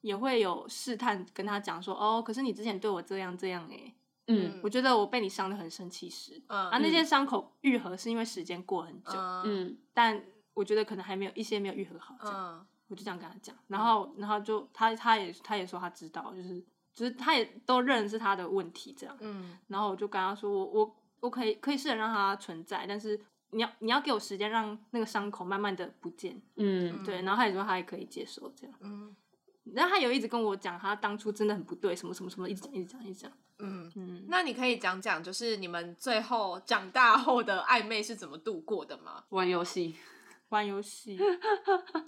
[SPEAKER 2] 也会有试探跟他讲说，哦，可是你之前对我这样这样哎、
[SPEAKER 4] 嗯
[SPEAKER 2] 我觉得我被你伤的很深，其实
[SPEAKER 1] 嗯
[SPEAKER 2] 啊，那些伤口愈合是因为时间过很久，
[SPEAKER 1] 嗯
[SPEAKER 4] 嗯
[SPEAKER 2] 但我觉得可能还没有一些没有愈合好，这样、
[SPEAKER 1] 嗯
[SPEAKER 2] 我就这样跟他讲，然后然后就他他也他也说他知道，就是就是他也都认识他的问题这样，
[SPEAKER 1] 嗯
[SPEAKER 2] 然后我就跟他说我我我可以可以试着让它存在，但是你要你要给我时间让那个伤口慢慢的不见，
[SPEAKER 4] 嗯
[SPEAKER 1] 嗯
[SPEAKER 2] 对，然后他也说他也可以接受这样，
[SPEAKER 1] 嗯
[SPEAKER 2] 然后他有一直跟我讲他当初真的很不对，什么什么什么，一直讲一直讲一直讲，
[SPEAKER 1] 嗯。
[SPEAKER 2] 嗯，
[SPEAKER 1] 那你可以讲讲，就是你们最后长大后的暧昧是怎么度过的吗？
[SPEAKER 4] 玩游戏，
[SPEAKER 2] 玩游 戏，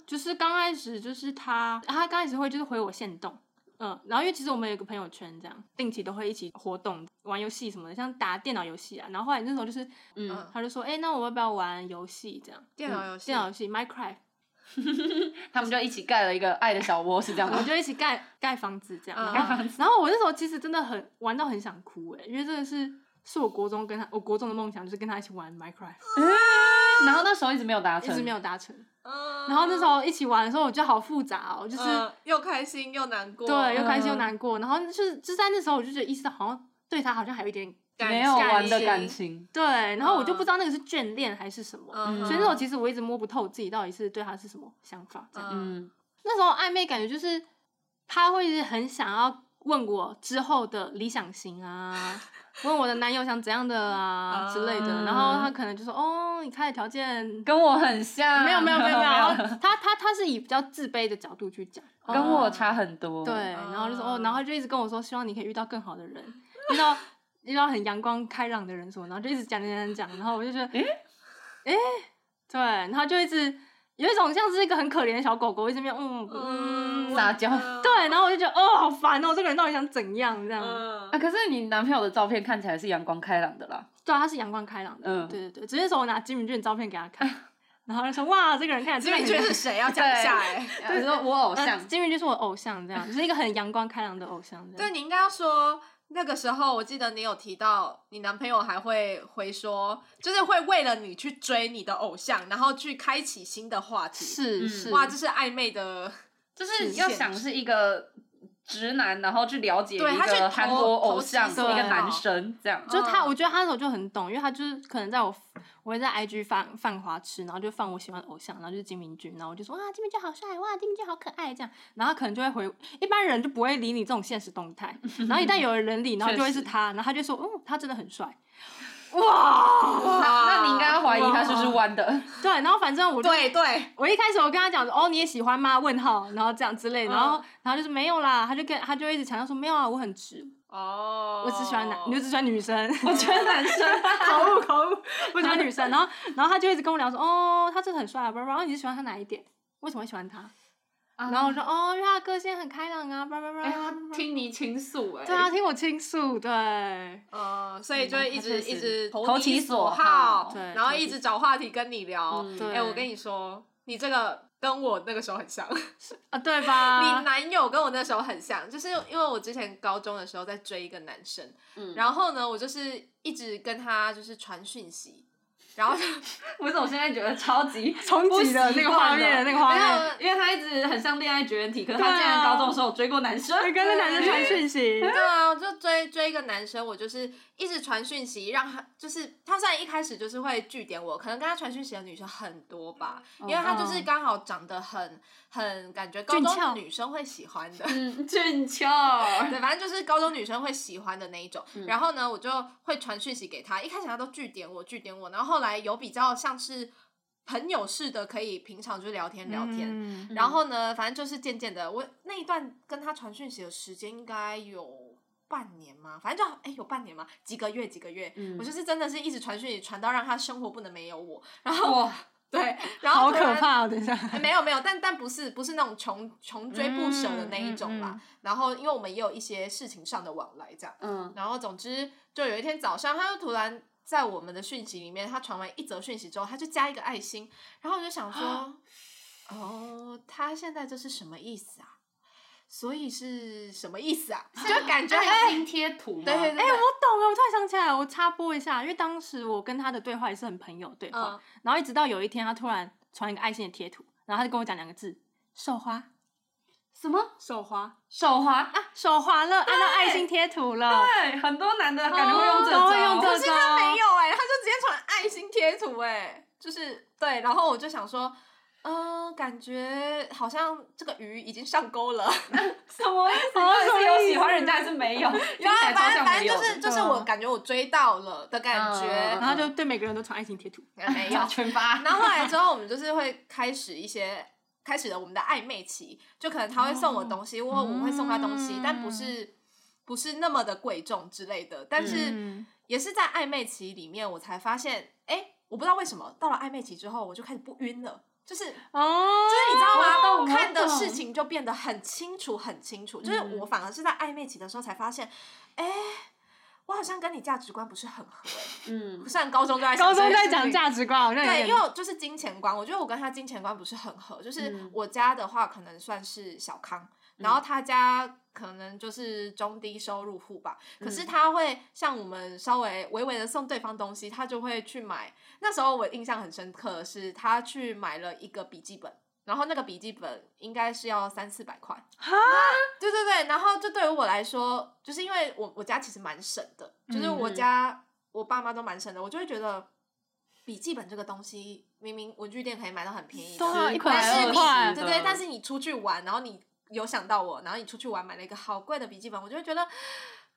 [SPEAKER 2] 就是刚开始就是他，他刚开始会就是回我线动，嗯，然后因为其实我们有一个朋友圈，这样定期都会一起活动、玩游戏什么的，像打电脑游戏啊。然后后来那时候就是，
[SPEAKER 4] 嗯，
[SPEAKER 1] 嗯，
[SPEAKER 2] 他就说，哎、那我要不要玩游戏？这样，
[SPEAKER 1] 电脑游戏，
[SPEAKER 2] 嗯电脑游戏 Minecraft，
[SPEAKER 4] 他们就一起盖了一个爱的小窝，是 这样
[SPEAKER 2] 我们
[SPEAKER 4] 吗？
[SPEAKER 2] 就一起盖盖房子这样。
[SPEAKER 1] 嗯
[SPEAKER 2] 然后然后我那时候其实真的很玩到很想哭哎、因为这个是是我国中跟他，我国中的梦想就是跟他一起玩 Minecraft，
[SPEAKER 4] 然后那时候一直没有达
[SPEAKER 2] 一
[SPEAKER 4] 成，
[SPEAKER 2] 直没有达成。
[SPEAKER 1] 嗯
[SPEAKER 2] 然后那时候一起玩的时候，我觉得好复杂哦，就是。
[SPEAKER 1] 嗯又开心又难过，
[SPEAKER 2] 对，又开心又
[SPEAKER 4] 嗯
[SPEAKER 2] 难过。然后就是就在那时候，我就觉得意识到好像对他好像还有一点
[SPEAKER 1] 感
[SPEAKER 4] 没有玩的
[SPEAKER 1] 情
[SPEAKER 4] 感情，
[SPEAKER 2] 对，然后我就
[SPEAKER 1] 嗯
[SPEAKER 2] 不知道那个是眷恋还是什么。
[SPEAKER 1] 嗯
[SPEAKER 2] 所以那时候其实我一直摸不透自己到底是对他是什么想法。这样，
[SPEAKER 1] 嗯
[SPEAKER 4] 嗯
[SPEAKER 2] 那时候暧昧感觉就是他会一直很想要问我之后的理想型啊，问我的男友想怎样的啊之类的。然后他可能就说：“哦，你开的条件
[SPEAKER 4] 跟我很像，
[SPEAKER 2] 没有没有没有没有。”然后
[SPEAKER 4] 没有
[SPEAKER 2] 他他他是以比较自卑的角度去讲，
[SPEAKER 4] 跟我差很多，
[SPEAKER 2] 对，然后就说哦，然后就一直跟我说，希望你可以遇到更好的人，遇到遇到很阳光开朗的人什么，然后就一直讲讲讲讲，然后我就觉得，诶、诶、对，然后就一直有一种像是一个很可怜的小狗狗，一直面嗯嗯，
[SPEAKER 4] 撒娇。
[SPEAKER 2] 对，然后我就觉得哦，好烦哦，这个人到底想怎样这样？
[SPEAKER 1] 嗯
[SPEAKER 4] 啊，可是你男朋友的照片看起来是阳光开朗的啦，
[SPEAKER 2] 对啊，他是阳光开朗的，
[SPEAKER 4] 嗯
[SPEAKER 2] 对对对，只是说我拿金明俊的照片给他看，然后他说哇，这个人看起
[SPEAKER 1] 金
[SPEAKER 2] 来
[SPEAKER 1] 敏
[SPEAKER 2] 真的
[SPEAKER 1] 俊
[SPEAKER 2] 很
[SPEAKER 1] 是谁？要讲一下哎。
[SPEAKER 4] 你说我偶像
[SPEAKER 2] 呃，金明俊是我偶像，这样就是一个很阳光开朗的偶像，这样
[SPEAKER 1] 对，你应该要说那个时候，我记得你有提到你男朋友还会回说，就是会为了你去追你的偶像，然后去开启新的话题。
[SPEAKER 2] 是
[SPEAKER 4] 嗯
[SPEAKER 2] 是
[SPEAKER 1] 哇，这是暧 昧的，
[SPEAKER 4] 就是要想是一个直男，然后去了解一
[SPEAKER 1] 对他去投
[SPEAKER 4] 个韩国偶像，一
[SPEAKER 1] 投
[SPEAKER 2] 其所
[SPEAKER 4] 个
[SPEAKER 2] 好
[SPEAKER 4] 男生这样。
[SPEAKER 2] 就他，
[SPEAKER 1] 嗯
[SPEAKER 2] 我觉得他那时候就很懂，因为他就是可能在我我会在 IG 放放花痴，然后就放我喜欢的偶像，然后就是金明俊，然后我就说哇金明俊好帅，哇金明俊好可爱这样，然后他可能就会回，一般人就不会理你这种现实动 态，然后一旦有人理，然后就会是他，然后他就说嗯他真的很帅，哇，
[SPEAKER 1] 哇
[SPEAKER 4] 那你应该要怀疑他是不是弯的，
[SPEAKER 2] 对，然后反正我就
[SPEAKER 1] 对对，
[SPEAKER 2] 我一开始我跟他讲说哦你也喜欢吗？问号，然后这样之类的，然
[SPEAKER 1] 嗯
[SPEAKER 2] 后然后就是没有啦，他就跟他就一直强调说没有啊，我很直，
[SPEAKER 1] 哦，
[SPEAKER 2] 我只喜欢男，你就只喜欢女生。
[SPEAKER 4] 我觉得男 生
[SPEAKER 2] 口误口误，我喜欢女生，然后 然后他就一直跟我聊说，哦，他真的很帅啊，叭叭，然后你是喜欢他哪一点？为什么会喜欢他？然后我说，哦，因为他的个性很开朗啊，叭叭叭
[SPEAKER 4] 哎，
[SPEAKER 2] 叭
[SPEAKER 4] 他
[SPEAKER 2] 叭。
[SPEAKER 4] 听你倾诉哎，
[SPEAKER 2] 对啊，听我倾诉，对，
[SPEAKER 1] 呃，所以就
[SPEAKER 2] 哦
[SPEAKER 1] 会一直
[SPEAKER 4] 嗯他确实
[SPEAKER 1] 一直
[SPEAKER 4] 投
[SPEAKER 1] 其
[SPEAKER 4] 其
[SPEAKER 1] 所
[SPEAKER 4] 所
[SPEAKER 1] 好
[SPEAKER 4] 好，
[SPEAKER 2] 对
[SPEAKER 1] 然后一直找话题跟你聊。
[SPEAKER 4] 嗯
[SPEAKER 2] 对
[SPEAKER 1] 哎，我跟你说，你这个跟我那个时候很像。
[SPEAKER 2] 啊，对吧？
[SPEAKER 1] 你男友跟我那时候很像，就是因为我之前高中的时候在追一个男生，
[SPEAKER 4] 嗯
[SPEAKER 1] 然后呢，我就是一直跟他就是传讯息，然后
[SPEAKER 4] 为什么我现在觉得超级
[SPEAKER 2] 冲
[SPEAKER 4] 不
[SPEAKER 2] 击的
[SPEAKER 4] 习
[SPEAKER 2] 那个
[SPEAKER 4] 惯
[SPEAKER 2] 画面， 那个画
[SPEAKER 1] 没有
[SPEAKER 2] 面，
[SPEAKER 4] 因为他一直很像恋爱绝缘体，可是
[SPEAKER 2] 对
[SPEAKER 4] 他
[SPEAKER 2] 啊
[SPEAKER 4] 竟然高中的时候有追过男生，
[SPEAKER 2] 你跟那男生传讯息，
[SPEAKER 1] 对啊，我就追追一个男生，我就是一直传讯息，让他就是他虽然一开始就是会据点我，可能跟他传讯息的女生很多吧，因为他就是刚好长得很很感觉高
[SPEAKER 2] 哦俊
[SPEAKER 1] 中
[SPEAKER 2] 俏
[SPEAKER 1] 女生会喜欢的，
[SPEAKER 4] 嗯俊俏，
[SPEAKER 1] 对，反正就是高中女生会喜欢的那一种。
[SPEAKER 2] 嗯
[SPEAKER 1] 然后呢，我就会传讯息给他，一开始他都据点我，据点我，然后后来有比较像是朋友似的，可以平常就聊天聊天。
[SPEAKER 2] 嗯
[SPEAKER 1] 然后呢，反正就是渐渐的，我那一段跟他传讯息的时间应该有半年嘛，反正就哎有半年嘛，几个月几个月，
[SPEAKER 4] 嗯
[SPEAKER 1] 我就是真的是一直传讯息，传到让他生活不能没有我，然后
[SPEAKER 4] 哇，
[SPEAKER 1] 对， 然后
[SPEAKER 2] 好
[SPEAKER 1] 突
[SPEAKER 2] 可
[SPEAKER 1] 然
[SPEAKER 2] 怕哦！等一下，
[SPEAKER 1] 哎没有没有，但但不是不是那种穷穷追不舍的那一种啦。
[SPEAKER 2] 嗯嗯嗯
[SPEAKER 1] 然后因为我们也有一些事情上的往来这样，
[SPEAKER 4] 嗯，
[SPEAKER 1] 然后总之就有一天早上，他就突然在我们的讯息里面，他传完一则讯息之后，他就加一个爱心，然后我就想说，哦，他现在这是什么意思啊？所以是什么意思啊？ 就感觉
[SPEAKER 4] 爱
[SPEAKER 1] 哎，
[SPEAKER 4] 心贴图吗？
[SPEAKER 1] 对对对，
[SPEAKER 2] 哎、我懂了，我突然想起来，我插播一下，因为当时我跟他的对话也是很朋友的对话，
[SPEAKER 4] 哦
[SPEAKER 1] 嗯
[SPEAKER 2] 然后一直到有一天，他突然传一个爱心的贴图，然后他就跟我讲两个字：手滑，
[SPEAKER 4] 什么
[SPEAKER 2] 手滑
[SPEAKER 4] 手滑？
[SPEAKER 2] 啊，手滑了，按到爱心贴图了，
[SPEAKER 4] 对，很多男的感觉会用
[SPEAKER 2] 哦都
[SPEAKER 4] 这招，
[SPEAKER 2] 会用这
[SPEAKER 1] 可是
[SPEAKER 2] 糟
[SPEAKER 1] 他没有哎、他就直接传爱心贴图哎、就是对，然后我就想说，嗯、感觉好像这个鱼已经上钩 了。
[SPEAKER 4] 什么意思？
[SPEAKER 2] 哦
[SPEAKER 4] 到底是
[SPEAKER 2] 什么
[SPEAKER 4] 有
[SPEAKER 2] 意思
[SPEAKER 4] 喜欢人家还是没 有？听起
[SPEAKER 1] 然后
[SPEAKER 4] 来超
[SPEAKER 1] 啊反正
[SPEAKER 4] 像
[SPEAKER 1] 反正
[SPEAKER 4] 没有
[SPEAKER 1] 就
[SPEAKER 4] 的。
[SPEAKER 1] 是就是我感觉我追到了的感觉，
[SPEAKER 4] 嗯嗯嗯
[SPEAKER 2] 然后就对每个人都传爱心贴图，
[SPEAKER 1] 没有
[SPEAKER 4] 打。 群发，
[SPEAKER 1] 然后后来之后，我们就是会开始一些开始了我们的暧昧期，就可能他会送我东西，或我会送他东西，
[SPEAKER 2] 嗯
[SPEAKER 1] 但不是不是那么的贵重之类的。但是
[SPEAKER 2] 嗯
[SPEAKER 1] 也是在暧昧期里面，我才发现，哎，我不知道为什么到了暧昧期之后，我就开始不晕了，就是
[SPEAKER 2] 哦，
[SPEAKER 1] 就是你知道吗？
[SPEAKER 4] 我懂
[SPEAKER 1] 看的
[SPEAKER 4] 我懂
[SPEAKER 1] 事情就变得很清楚，很清楚。就是
[SPEAKER 2] 嗯
[SPEAKER 1] 我反而是在暧昧期的时候才发现，哎、我好像跟你价值观不是很合、欸。
[SPEAKER 4] 嗯，
[SPEAKER 1] 虽然高中就在想
[SPEAKER 2] 高
[SPEAKER 1] 这
[SPEAKER 2] 中
[SPEAKER 1] 件
[SPEAKER 2] 在
[SPEAKER 1] 事
[SPEAKER 2] 讲
[SPEAKER 1] 情。
[SPEAKER 2] 价值观，好像有
[SPEAKER 1] 对，
[SPEAKER 2] 点
[SPEAKER 1] 因为我就是金钱观，我觉得我跟他金钱观不是很合。就是
[SPEAKER 4] 嗯
[SPEAKER 1] 我家的话，可能算是小康，然后他家可能就是中低收入户吧。可
[SPEAKER 4] 嗯
[SPEAKER 1] 是他会像我们稍微微微的送对方东西，他就会去买。那时候我印象很深刻的是，他去买了一个笔记本。然后那个笔记本应该是要三四百块，
[SPEAKER 2] 哈，
[SPEAKER 1] 对对对。然后就对于我来说，就是因为我我家其实蛮省的，就是我
[SPEAKER 4] 嗯
[SPEAKER 1] 家、我爸妈都蛮省的，我就会觉得笔记本这个东西，明明文具店可以买到很便宜的，
[SPEAKER 2] 对啊，
[SPEAKER 4] 十
[SPEAKER 2] 一
[SPEAKER 4] 块
[SPEAKER 2] 百
[SPEAKER 1] 但是
[SPEAKER 2] 二
[SPEAKER 1] 你
[SPEAKER 2] 十
[SPEAKER 4] 块
[SPEAKER 2] 块
[SPEAKER 1] 对
[SPEAKER 4] 的，
[SPEAKER 1] 对，但是你出去玩，然后你有想到我，然后你出去玩买了一个好贵的笔记本，我就会觉得，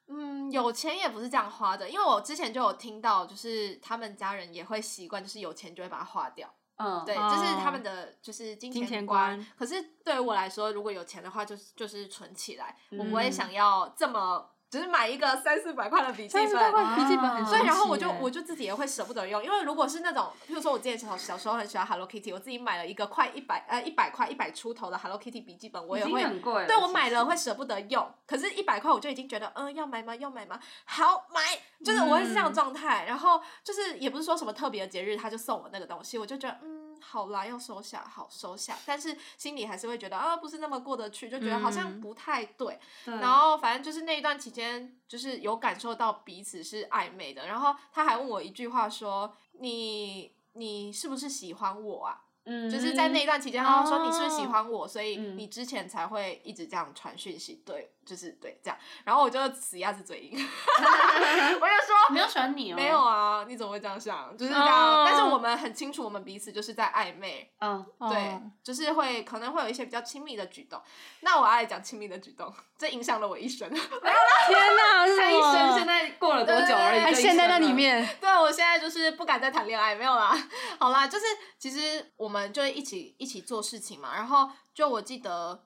[SPEAKER 1] 嗯，有钱也不是这样花的，因为我之前就有听到，就是他们家人也会习惯，就是有钱就会把它花掉，
[SPEAKER 4] 嗯，
[SPEAKER 1] 对，
[SPEAKER 2] 哦
[SPEAKER 1] 这是他们的就是金
[SPEAKER 2] 金钱
[SPEAKER 1] 观。
[SPEAKER 2] 观
[SPEAKER 1] 可是对于我来说，如果有钱的话，就是就是存起来，我不会
[SPEAKER 2] 嗯
[SPEAKER 1] 想要这么只是买一个三四百块的笔记
[SPEAKER 2] 三十多
[SPEAKER 1] 本，
[SPEAKER 2] 块笔记本
[SPEAKER 4] 嗯
[SPEAKER 2] 很神奇耶，
[SPEAKER 1] 所以，然后我就我就自己也会舍不得用，因为如果是那种，譬如说我之前小小时候很喜欢 Hello Kitty，我自己买了一个快一百呃一百块一百出头的 Hello Kitty 笔记本，我
[SPEAKER 4] 已
[SPEAKER 1] 也
[SPEAKER 4] 经
[SPEAKER 1] 会，
[SPEAKER 4] 很贵了。
[SPEAKER 1] 对我买
[SPEAKER 4] 其实
[SPEAKER 1] 了会舍不得用，可是，一百块我就已经觉得，嗯，要买吗？要买吗？好买，就是我会是这样
[SPEAKER 4] 嗯
[SPEAKER 1] 的状态。然后就是也不是说什么特别的节日他就送我那个东西，我就觉得，嗯，好啦，要收下，好收下，但是心里还是会觉得啊，不是那么过得去，就觉得好像
[SPEAKER 2] 嗯
[SPEAKER 1] 不太对。
[SPEAKER 4] 对
[SPEAKER 1] 然后反正就是那一段期间，就是有感受到彼此是暧昧的。然后他还问我一句话说：“你你是不是喜欢我啊？”
[SPEAKER 4] 嗯
[SPEAKER 1] 就是在 那一段期间，他说：“
[SPEAKER 2] 哦
[SPEAKER 1] 你是不是喜欢我？”所以
[SPEAKER 4] 嗯
[SPEAKER 1] 你之前才会一直这样传讯息，对，就是对这样。然后我就死鸭子嘴硬，
[SPEAKER 2] 哦
[SPEAKER 1] 我就说。
[SPEAKER 4] 没有喜欢你 哦，
[SPEAKER 1] 没有，啊，你怎么会这样想？就是这
[SPEAKER 2] 哦
[SPEAKER 1] 样，但是我们很清楚，我们彼此就是在暧昧，
[SPEAKER 4] 嗯，
[SPEAKER 1] 对
[SPEAKER 2] 哦，
[SPEAKER 1] 就是会可能会有一些比较亲密的举动。那我爱讲亲密的举动， 这影响了我一生。
[SPEAKER 2] 天哪，是
[SPEAKER 4] 他
[SPEAKER 2] 什
[SPEAKER 4] 一
[SPEAKER 2] 么
[SPEAKER 4] 生现在过了多久而已，
[SPEAKER 2] 还陷在那里。面，
[SPEAKER 1] 对，我现在就是不敢再谈恋爱，没有啦。 好啦，就是其实我们就一起一起做事情嘛，然后就我记得。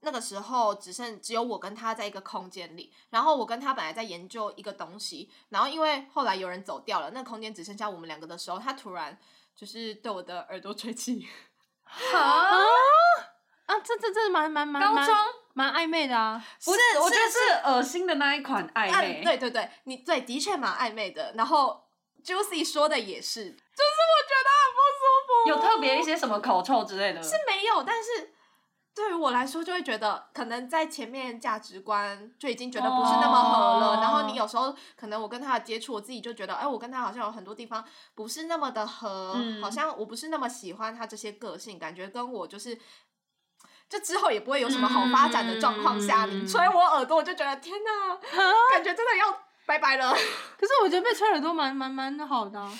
[SPEAKER 1] 那个时候只剩只有我跟他在一个空间里，然后我跟他本来在研究一个东西，然后因为后来有人走掉了，那空间只剩下我们两个的时候，他突然就是对我的耳朵吹气，
[SPEAKER 2] 哦
[SPEAKER 4] 好，
[SPEAKER 2] 啊，这这这蛮蛮蛮
[SPEAKER 4] 高
[SPEAKER 2] 蛮
[SPEAKER 4] 中
[SPEAKER 2] 蛮暧昧的啊，
[SPEAKER 4] 不是，我觉得是恶心的那一款暧
[SPEAKER 1] 啊
[SPEAKER 4] 昧，，
[SPEAKER 1] 对对对，你对的确蛮暧昧的。然后 Juicy 说的也是，就是我觉得很不舒服。
[SPEAKER 4] 有特别一些什么口臭之类的，
[SPEAKER 1] 是没有，但是对于我来说，就会觉得可能在前面价值观就已经觉得不是那么合了，
[SPEAKER 2] 哦
[SPEAKER 1] 然后你有时候可能我跟他的接触，我自己就觉得，哎，我跟他好像有很多地方不是那么的合，
[SPEAKER 4] 嗯
[SPEAKER 1] 好像我不是那么喜欢他这些个性，感觉跟我就是。这之后也不会有什么好发展的状况下，
[SPEAKER 2] 嗯
[SPEAKER 1] 你吹我耳朵，我就觉得天哪， 感觉真的要拜拜了。
[SPEAKER 2] 可是我觉得被吹耳朵蛮蛮蛮好的啊、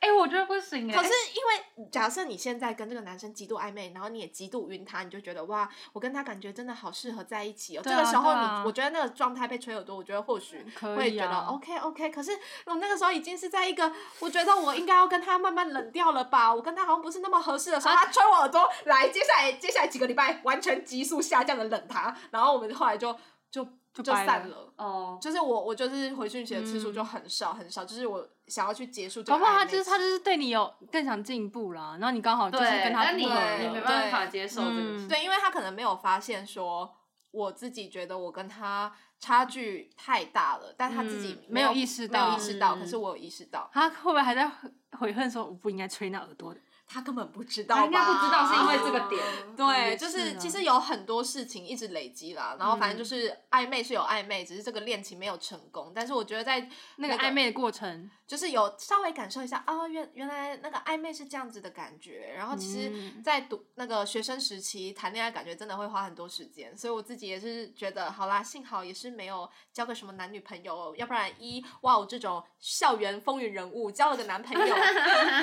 [SPEAKER 4] 哎、我觉得不行哎、
[SPEAKER 1] 可是因为假设你现在跟这个男生极度暧昧，然后你也极度晕他，你就觉得哇，我跟他感觉真的好适合在一起哦。
[SPEAKER 2] 对啊
[SPEAKER 1] 这个时候你，
[SPEAKER 2] 对啊
[SPEAKER 1] 我觉得那个状态被吹耳朵，我觉得或许
[SPEAKER 2] 可
[SPEAKER 1] 会
[SPEAKER 2] 以
[SPEAKER 1] 觉
[SPEAKER 2] 啊
[SPEAKER 1] 得、OK OK。可是我那个时候已经是在一个我觉得我应该要跟他慢慢冷掉了吧，我跟他好像不是那么合适的时候，
[SPEAKER 2] 啊
[SPEAKER 1] 他吹我耳朵，来，接下来接下来几个礼拜完全急速下降的冷他，然后我们后来就就
[SPEAKER 2] 就掰了
[SPEAKER 1] 散了。
[SPEAKER 4] 哦，
[SPEAKER 1] 就是我，我就是回讯息的次数
[SPEAKER 2] 嗯
[SPEAKER 1] 就很少、很少，就是我想要去结束这
[SPEAKER 2] 搞
[SPEAKER 1] 个暧昧期。
[SPEAKER 2] 不好他就是他就是对你有更想进步啦，然后你刚好就是
[SPEAKER 4] 对，
[SPEAKER 2] 跟他
[SPEAKER 4] 但
[SPEAKER 2] 不
[SPEAKER 4] 你
[SPEAKER 2] 合
[SPEAKER 1] 对
[SPEAKER 4] 你没
[SPEAKER 2] 了，
[SPEAKER 4] 办法接受这个
[SPEAKER 2] 嗯
[SPEAKER 4] 事。
[SPEAKER 1] 对，因为他可能没有发现说，我自己觉得我跟他差距太大了，但他自己
[SPEAKER 2] 嗯没有意识到
[SPEAKER 1] 没有意识到，
[SPEAKER 4] 嗯
[SPEAKER 1] 可是我有意识到，
[SPEAKER 2] 他会不会还在悔恨说我不应该吹那耳朵的？
[SPEAKER 1] 他根本不知道吧，
[SPEAKER 4] 他啊应该不知道是因为这
[SPEAKER 1] 哦
[SPEAKER 4] 个点。嗯
[SPEAKER 1] 对，
[SPEAKER 2] 也
[SPEAKER 1] 就是是
[SPEAKER 2] 啊
[SPEAKER 1] 其实有很多事情一直累积啦，然后反正
[SPEAKER 4] 嗯
[SPEAKER 1] 就是暧昧是有暧昧，只是这个恋情没有成功。但是我觉得在
[SPEAKER 2] 那个暧昧的过程，
[SPEAKER 1] 就是有稍微感受一下啊，原原来那个暧昧是这样子的感觉。然后其实，
[SPEAKER 2] 嗯
[SPEAKER 1] 在读那个学生时期谈恋爱，感觉真的会花很多时间，所以我自己也是觉得，好啦，幸好也是没有交个什么男女朋友，要不然一哇，我这种校园风云人物交了个男 朋友，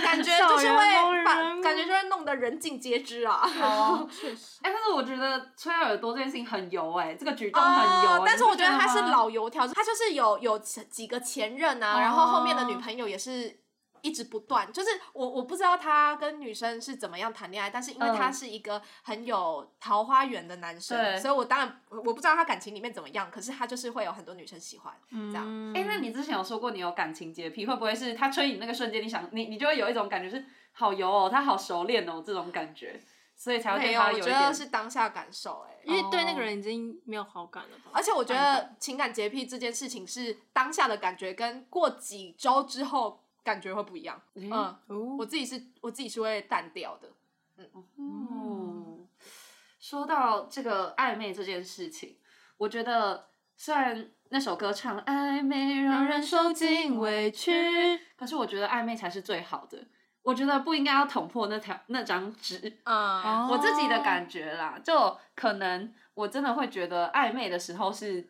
[SPEAKER 1] 感觉就
[SPEAKER 2] 校
[SPEAKER 1] 是
[SPEAKER 2] 园风云
[SPEAKER 1] 会把
[SPEAKER 2] 人物
[SPEAKER 1] 感觉就会弄得人尽皆知啊。
[SPEAKER 4] 哦，
[SPEAKER 2] 确实，
[SPEAKER 4] 哎、但是我觉得吹耳朵这件事情很油哎、这个举动很油哎、
[SPEAKER 1] 哦，但是
[SPEAKER 4] 你不
[SPEAKER 1] 我觉得
[SPEAKER 4] 吗
[SPEAKER 1] 他是老油条，他就是有有前几个前任啊，
[SPEAKER 2] 哦
[SPEAKER 1] 然后后面的女朋友也是一直不断，就是我我不知道他跟女生是怎么样谈恋爱，但是因为
[SPEAKER 4] 嗯
[SPEAKER 1] 他是一个很有桃花源的男生，
[SPEAKER 4] 对
[SPEAKER 1] 所以我当然我不知道他感情里面怎么样，可是他就是会有很多女生喜欢，
[SPEAKER 2] 嗯
[SPEAKER 1] 这样。
[SPEAKER 4] 哎、那你之前有说过你有感情洁癖，会不会是他吹你那个瞬间，你想你你就会有一种感觉是好油哦，他好熟练哦这种感觉，所以才会
[SPEAKER 1] 没
[SPEAKER 4] 对
[SPEAKER 1] 有，
[SPEAKER 4] 他
[SPEAKER 1] 我
[SPEAKER 4] 一
[SPEAKER 1] 觉
[SPEAKER 4] 点
[SPEAKER 1] 得。是当下感受、欸，
[SPEAKER 2] 因为对那个人已经没有好感了吧？
[SPEAKER 1] 而且我觉
[SPEAKER 4] 嗯
[SPEAKER 1] 得情感洁癖这件事情是当下的感觉，跟过几周之后感觉会不一样。
[SPEAKER 4] 诶
[SPEAKER 1] 嗯，
[SPEAKER 2] 哦
[SPEAKER 1] 我自己是我自己是会淡掉的。
[SPEAKER 4] 嗯，说到这个暧昧这件事情，我觉得虽然那首歌唱暧昧让人受尽委屈，可是我觉得暧昧才是最好的。我觉得不应该要捅破那条那张纸，
[SPEAKER 1] 嗯
[SPEAKER 2] 哦
[SPEAKER 4] 我自己的感觉啦，就可能我真的会觉得暧昧的时候是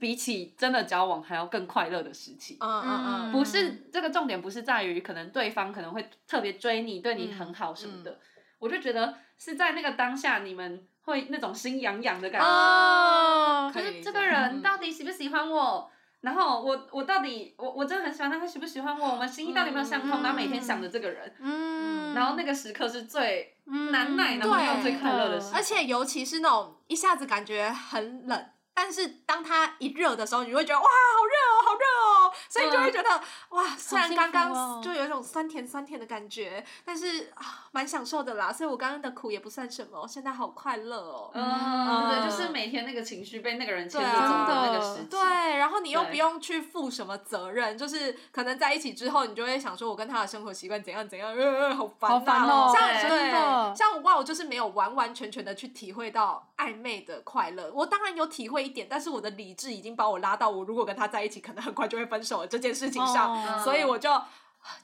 [SPEAKER 4] 比起真的交往还要更快乐的时期。
[SPEAKER 1] 嗯嗯嗯
[SPEAKER 4] 不是这个重点，不是在于可能对方可能会特别追你，对你很好什么的。我就觉得是在那个当下，你们会那种心痒痒的感觉，
[SPEAKER 2] 哦，
[SPEAKER 1] 嗯可
[SPEAKER 4] 可
[SPEAKER 1] 以
[SPEAKER 4] 是这个人到底喜不喜欢我？然后我我到底我我真的很喜欢他，他喜不喜欢我？我们心意到底有没有相通？
[SPEAKER 2] 嗯
[SPEAKER 4] 然后每天想着这个人，
[SPEAKER 2] 嗯，
[SPEAKER 4] 然后那个时刻是最
[SPEAKER 2] 嗯
[SPEAKER 4] 难耐，然后又最快乐的时
[SPEAKER 2] 对
[SPEAKER 4] 刻
[SPEAKER 1] 而。且尤其是那种一下子感觉很冷，但是当它一热的时候，你就会觉得哇，好热哦，好热哦，所以你就会觉得、哇，虽
[SPEAKER 2] 嗯
[SPEAKER 1] 然
[SPEAKER 2] 幸
[SPEAKER 1] 刚
[SPEAKER 2] 福哦
[SPEAKER 1] 刚就有一种酸甜酸甜的感觉，但是啊，蛮享受的啦。所以我刚刚的苦也不算什么，现在好快乐哦。
[SPEAKER 4] 嗯，对，
[SPEAKER 1] 嗯
[SPEAKER 4] 就是每天那个情绪被那个人牵
[SPEAKER 1] 对
[SPEAKER 4] 着
[SPEAKER 1] 啊
[SPEAKER 4] 走的那个时期，
[SPEAKER 1] 对，啊然后你又
[SPEAKER 4] 对
[SPEAKER 1] 不用去负什么责任，就是可能在一起之后，你就会想说，我跟他的生活习惯怎样怎样，呃，好烦、啊，
[SPEAKER 2] 好烦哦
[SPEAKER 1] 像
[SPEAKER 4] 对
[SPEAKER 2] 真的
[SPEAKER 1] 对，像哇，我就是没有完完全全的去体会到暧昧的快乐。我当然有体会一点，但是我的理智已经把我拉到我如果跟他在一起，可能很快就会分手了这件事情上，
[SPEAKER 2] 哦
[SPEAKER 1] 所以我就啊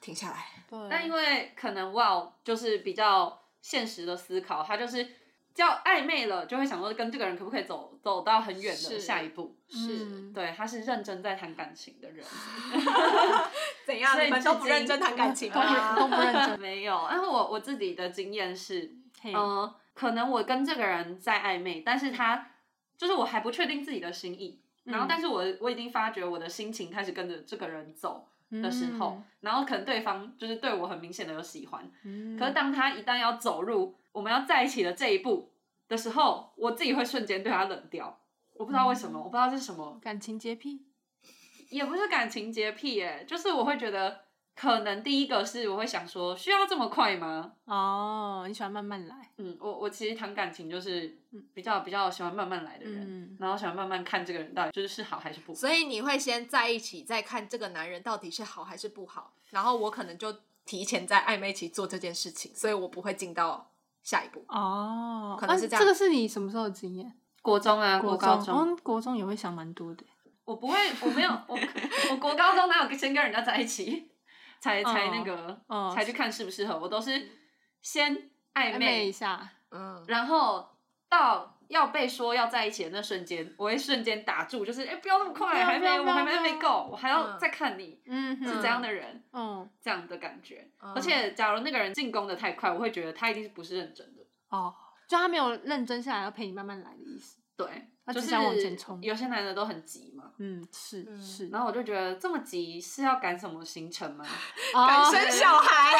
[SPEAKER 1] 停下来。
[SPEAKER 2] 对，
[SPEAKER 4] 但因为可能 wow 就是比较现实的思考，他就是叫暧昧了，就会想说跟这个人可不可以走走到很远的
[SPEAKER 1] 是
[SPEAKER 4] 下一步。嗯
[SPEAKER 2] 是
[SPEAKER 4] 对，他是认真在谈感情的人，
[SPEAKER 1] 怎样？
[SPEAKER 4] 所以
[SPEAKER 1] 你们都不
[SPEAKER 4] 至今
[SPEAKER 1] 认真谈感情
[SPEAKER 2] 都不 认
[SPEAKER 1] 吗？
[SPEAKER 2] 都不认真，
[SPEAKER 4] 没有。然后我我自己的经验是，
[SPEAKER 2] 嘿
[SPEAKER 4] 嗯、可能我跟这个人在暧昧，但是他就是我还不确定自己的心意，然后
[SPEAKER 2] 嗯
[SPEAKER 4] 但是我我已经发觉我的心情开始跟着这个人走的时候，然后可能对方就是对我很明显的有喜欢，
[SPEAKER 2] 嗯，
[SPEAKER 4] 可是当他一旦要走入我们要在一起的这一步的时候，我自己会瞬间对他冷掉。我不知道为什
[SPEAKER 2] 嗯
[SPEAKER 4] 么，我不知道这是什么，
[SPEAKER 2] 感情洁癖，
[SPEAKER 4] 也不是感情洁癖耶、就是我会觉得，可能第一个是我会想说，需要这么快吗？
[SPEAKER 2] 哦，你喜欢慢慢来，
[SPEAKER 4] 嗯，我我其实谈感情就是比较比较喜欢慢慢来的人，
[SPEAKER 2] 嗯，
[SPEAKER 4] 然后喜欢慢慢看这个人到底就是是好还是不好。
[SPEAKER 1] 所以你会先在一起，再看这个男人到底是好还是不好，然后我可能就提前在暧昧期做这件事情，所以我不会进到下一步。
[SPEAKER 2] 哦，
[SPEAKER 1] 可能是
[SPEAKER 2] 啊
[SPEAKER 1] 这样
[SPEAKER 2] 这个是你什么时候的经验？
[SPEAKER 4] 国中啊，国高中，
[SPEAKER 2] 哦国中也会想蛮多的。
[SPEAKER 4] 我不会，我没有，我我国高中哪有先跟人家在一起，才才那个，
[SPEAKER 2] 哦
[SPEAKER 4] 才去看适不适合，我都是先
[SPEAKER 2] 暧
[SPEAKER 4] 暧
[SPEAKER 2] 昧
[SPEAKER 4] 昧
[SPEAKER 2] 一，下，
[SPEAKER 1] 嗯，
[SPEAKER 4] 然后到要被说要在一起的那瞬间，我会瞬间打住，就是哎、不要那么
[SPEAKER 2] 不
[SPEAKER 4] 快，
[SPEAKER 2] 要
[SPEAKER 4] 还
[SPEAKER 2] 不要
[SPEAKER 4] 没，
[SPEAKER 2] 不
[SPEAKER 4] 我
[SPEAKER 2] 要
[SPEAKER 4] 还没
[SPEAKER 2] 不
[SPEAKER 4] 还
[SPEAKER 2] 要
[SPEAKER 4] 没够，我还要
[SPEAKER 1] 嗯
[SPEAKER 4] 再看你
[SPEAKER 2] 嗯哼，
[SPEAKER 4] 是怎样的人，
[SPEAKER 2] 嗯，
[SPEAKER 4] 这样的感觉。
[SPEAKER 1] 嗯
[SPEAKER 4] 而且假如那个人进攻的太快，我会觉得他一定是不是认真的，
[SPEAKER 2] 哦，就他没有认真下来，要陪你慢慢来的意思。
[SPEAKER 4] 对，
[SPEAKER 2] 他
[SPEAKER 4] 就
[SPEAKER 2] 只
[SPEAKER 4] 是
[SPEAKER 2] 想往前冲
[SPEAKER 4] 有些男的都很急嘛，
[SPEAKER 2] 嗯，是
[SPEAKER 1] 嗯
[SPEAKER 2] 是，
[SPEAKER 4] 然后我就觉得这么急是要赶什么行程吗？
[SPEAKER 2] 哦
[SPEAKER 1] 敢生小孩，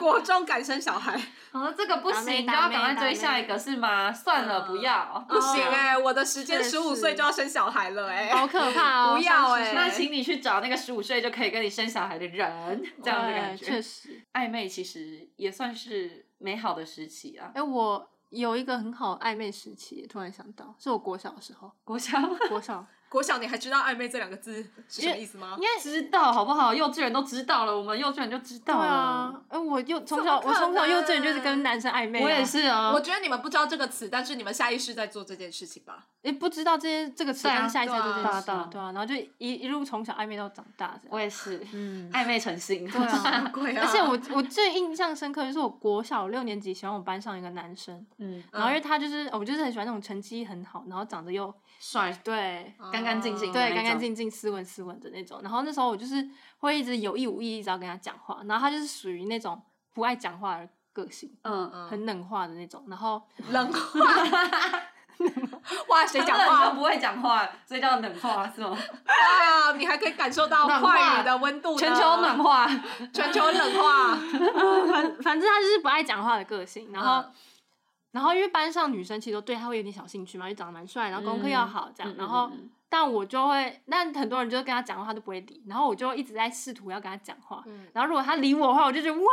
[SPEAKER 1] 国中敢生小孩，
[SPEAKER 4] 然后这个不
[SPEAKER 2] 打妹
[SPEAKER 4] 行，就
[SPEAKER 2] 打
[SPEAKER 4] 要
[SPEAKER 2] 妹
[SPEAKER 4] 赶快
[SPEAKER 2] 打
[SPEAKER 4] 追
[SPEAKER 2] 妹
[SPEAKER 4] 下一个是吗？算了，不要，
[SPEAKER 1] 不行
[SPEAKER 4] 哦
[SPEAKER 1] 哎、我的时间
[SPEAKER 2] 确
[SPEAKER 1] 十五
[SPEAKER 2] 实
[SPEAKER 1] 岁就要生小孩了哎、
[SPEAKER 2] 好可怕哦，
[SPEAKER 1] 不要
[SPEAKER 2] 三十
[SPEAKER 1] 欸
[SPEAKER 2] 岁
[SPEAKER 4] 那请你去找那个十五岁就可以跟你生小孩的人，这样的感
[SPEAKER 2] 对确
[SPEAKER 4] 觉。
[SPEAKER 2] 实。
[SPEAKER 4] 暧昧其实也算是美好的时期啊。
[SPEAKER 2] 哎，我有一个很好的暧昧时期，突然想到，是我国小的时候，
[SPEAKER 4] 国小
[SPEAKER 2] 国小，
[SPEAKER 1] 国小你还知道暧昧这两个字是什么意思吗
[SPEAKER 2] 因？为
[SPEAKER 4] 知道好不好？幼稚园都知道了，我们幼稚园就知
[SPEAKER 2] 对
[SPEAKER 4] 道了。
[SPEAKER 2] 啊，哎，我又从
[SPEAKER 1] 怎么
[SPEAKER 2] 小
[SPEAKER 1] 可
[SPEAKER 2] 我从小幼稚园就是
[SPEAKER 1] 能
[SPEAKER 2] 跟男生暧昧啊，
[SPEAKER 4] 我也是啊，
[SPEAKER 1] 我觉得你们不知道这个词，但是你们下意识在做这件事情吧？
[SPEAKER 2] 也哎不知道这些这个词，
[SPEAKER 4] 对啊
[SPEAKER 2] 但是下一次
[SPEAKER 1] 对啊。
[SPEAKER 2] 就这件事
[SPEAKER 4] 对啊
[SPEAKER 2] 啊，对啊，然后就一一路从小暧昧到长大这样，
[SPEAKER 4] 我也是
[SPEAKER 2] 嗯，
[SPEAKER 4] 暧昧成性。
[SPEAKER 2] 对 啊
[SPEAKER 1] 鬼啊！
[SPEAKER 2] 而且我我最印象深刻就是我国小六年级喜欢我班上一个男生，
[SPEAKER 4] 嗯，
[SPEAKER 2] 然后因为他就是哦我就是很喜欢那种成绩很好，然后长得又
[SPEAKER 4] 帅，
[SPEAKER 2] 对
[SPEAKER 4] 干干净净的那
[SPEAKER 2] 对
[SPEAKER 4] 种
[SPEAKER 2] 干干净净、斯文斯文的那种。然后那时候我就是会一直有意无意一直要跟他讲话，然后他就是属于那种不爱讲话的个性，
[SPEAKER 4] 嗯，
[SPEAKER 2] 很冷化的那种。然后
[SPEAKER 1] 冷话。哇，谁讲
[SPEAKER 4] 他们
[SPEAKER 1] 话啊
[SPEAKER 4] 都不会讲话，所以叫冷话是吗？
[SPEAKER 1] 哇，你还可以感受到
[SPEAKER 4] 暖化
[SPEAKER 1] 话语的温度呢，
[SPEAKER 4] 全球暖化，
[SPEAKER 2] 嗯
[SPEAKER 1] 全球冷化。
[SPEAKER 2] 反 反正他就是不爱讲话的个性，然后。
[SPEAKER 1] 嗯
[SPEAKER 2] 然后因为班上女生其实都对他会有点小兴趣嘛，就长得蛮帅，然后功课要好这样，
[SPEAKER 4] 嗯嗯
[SPEAKER 2] 然后
[SPEAKER 4] 嗯嗯
[SPEAKER 2] 但我就会，但很多人就跟他讲话，他都不会理，然后我就一直在试图要跟他讲话，
[SPEAKER 1] 嗯
[SPEAKER 2] 然后如果他理我的话，我就觉得哇，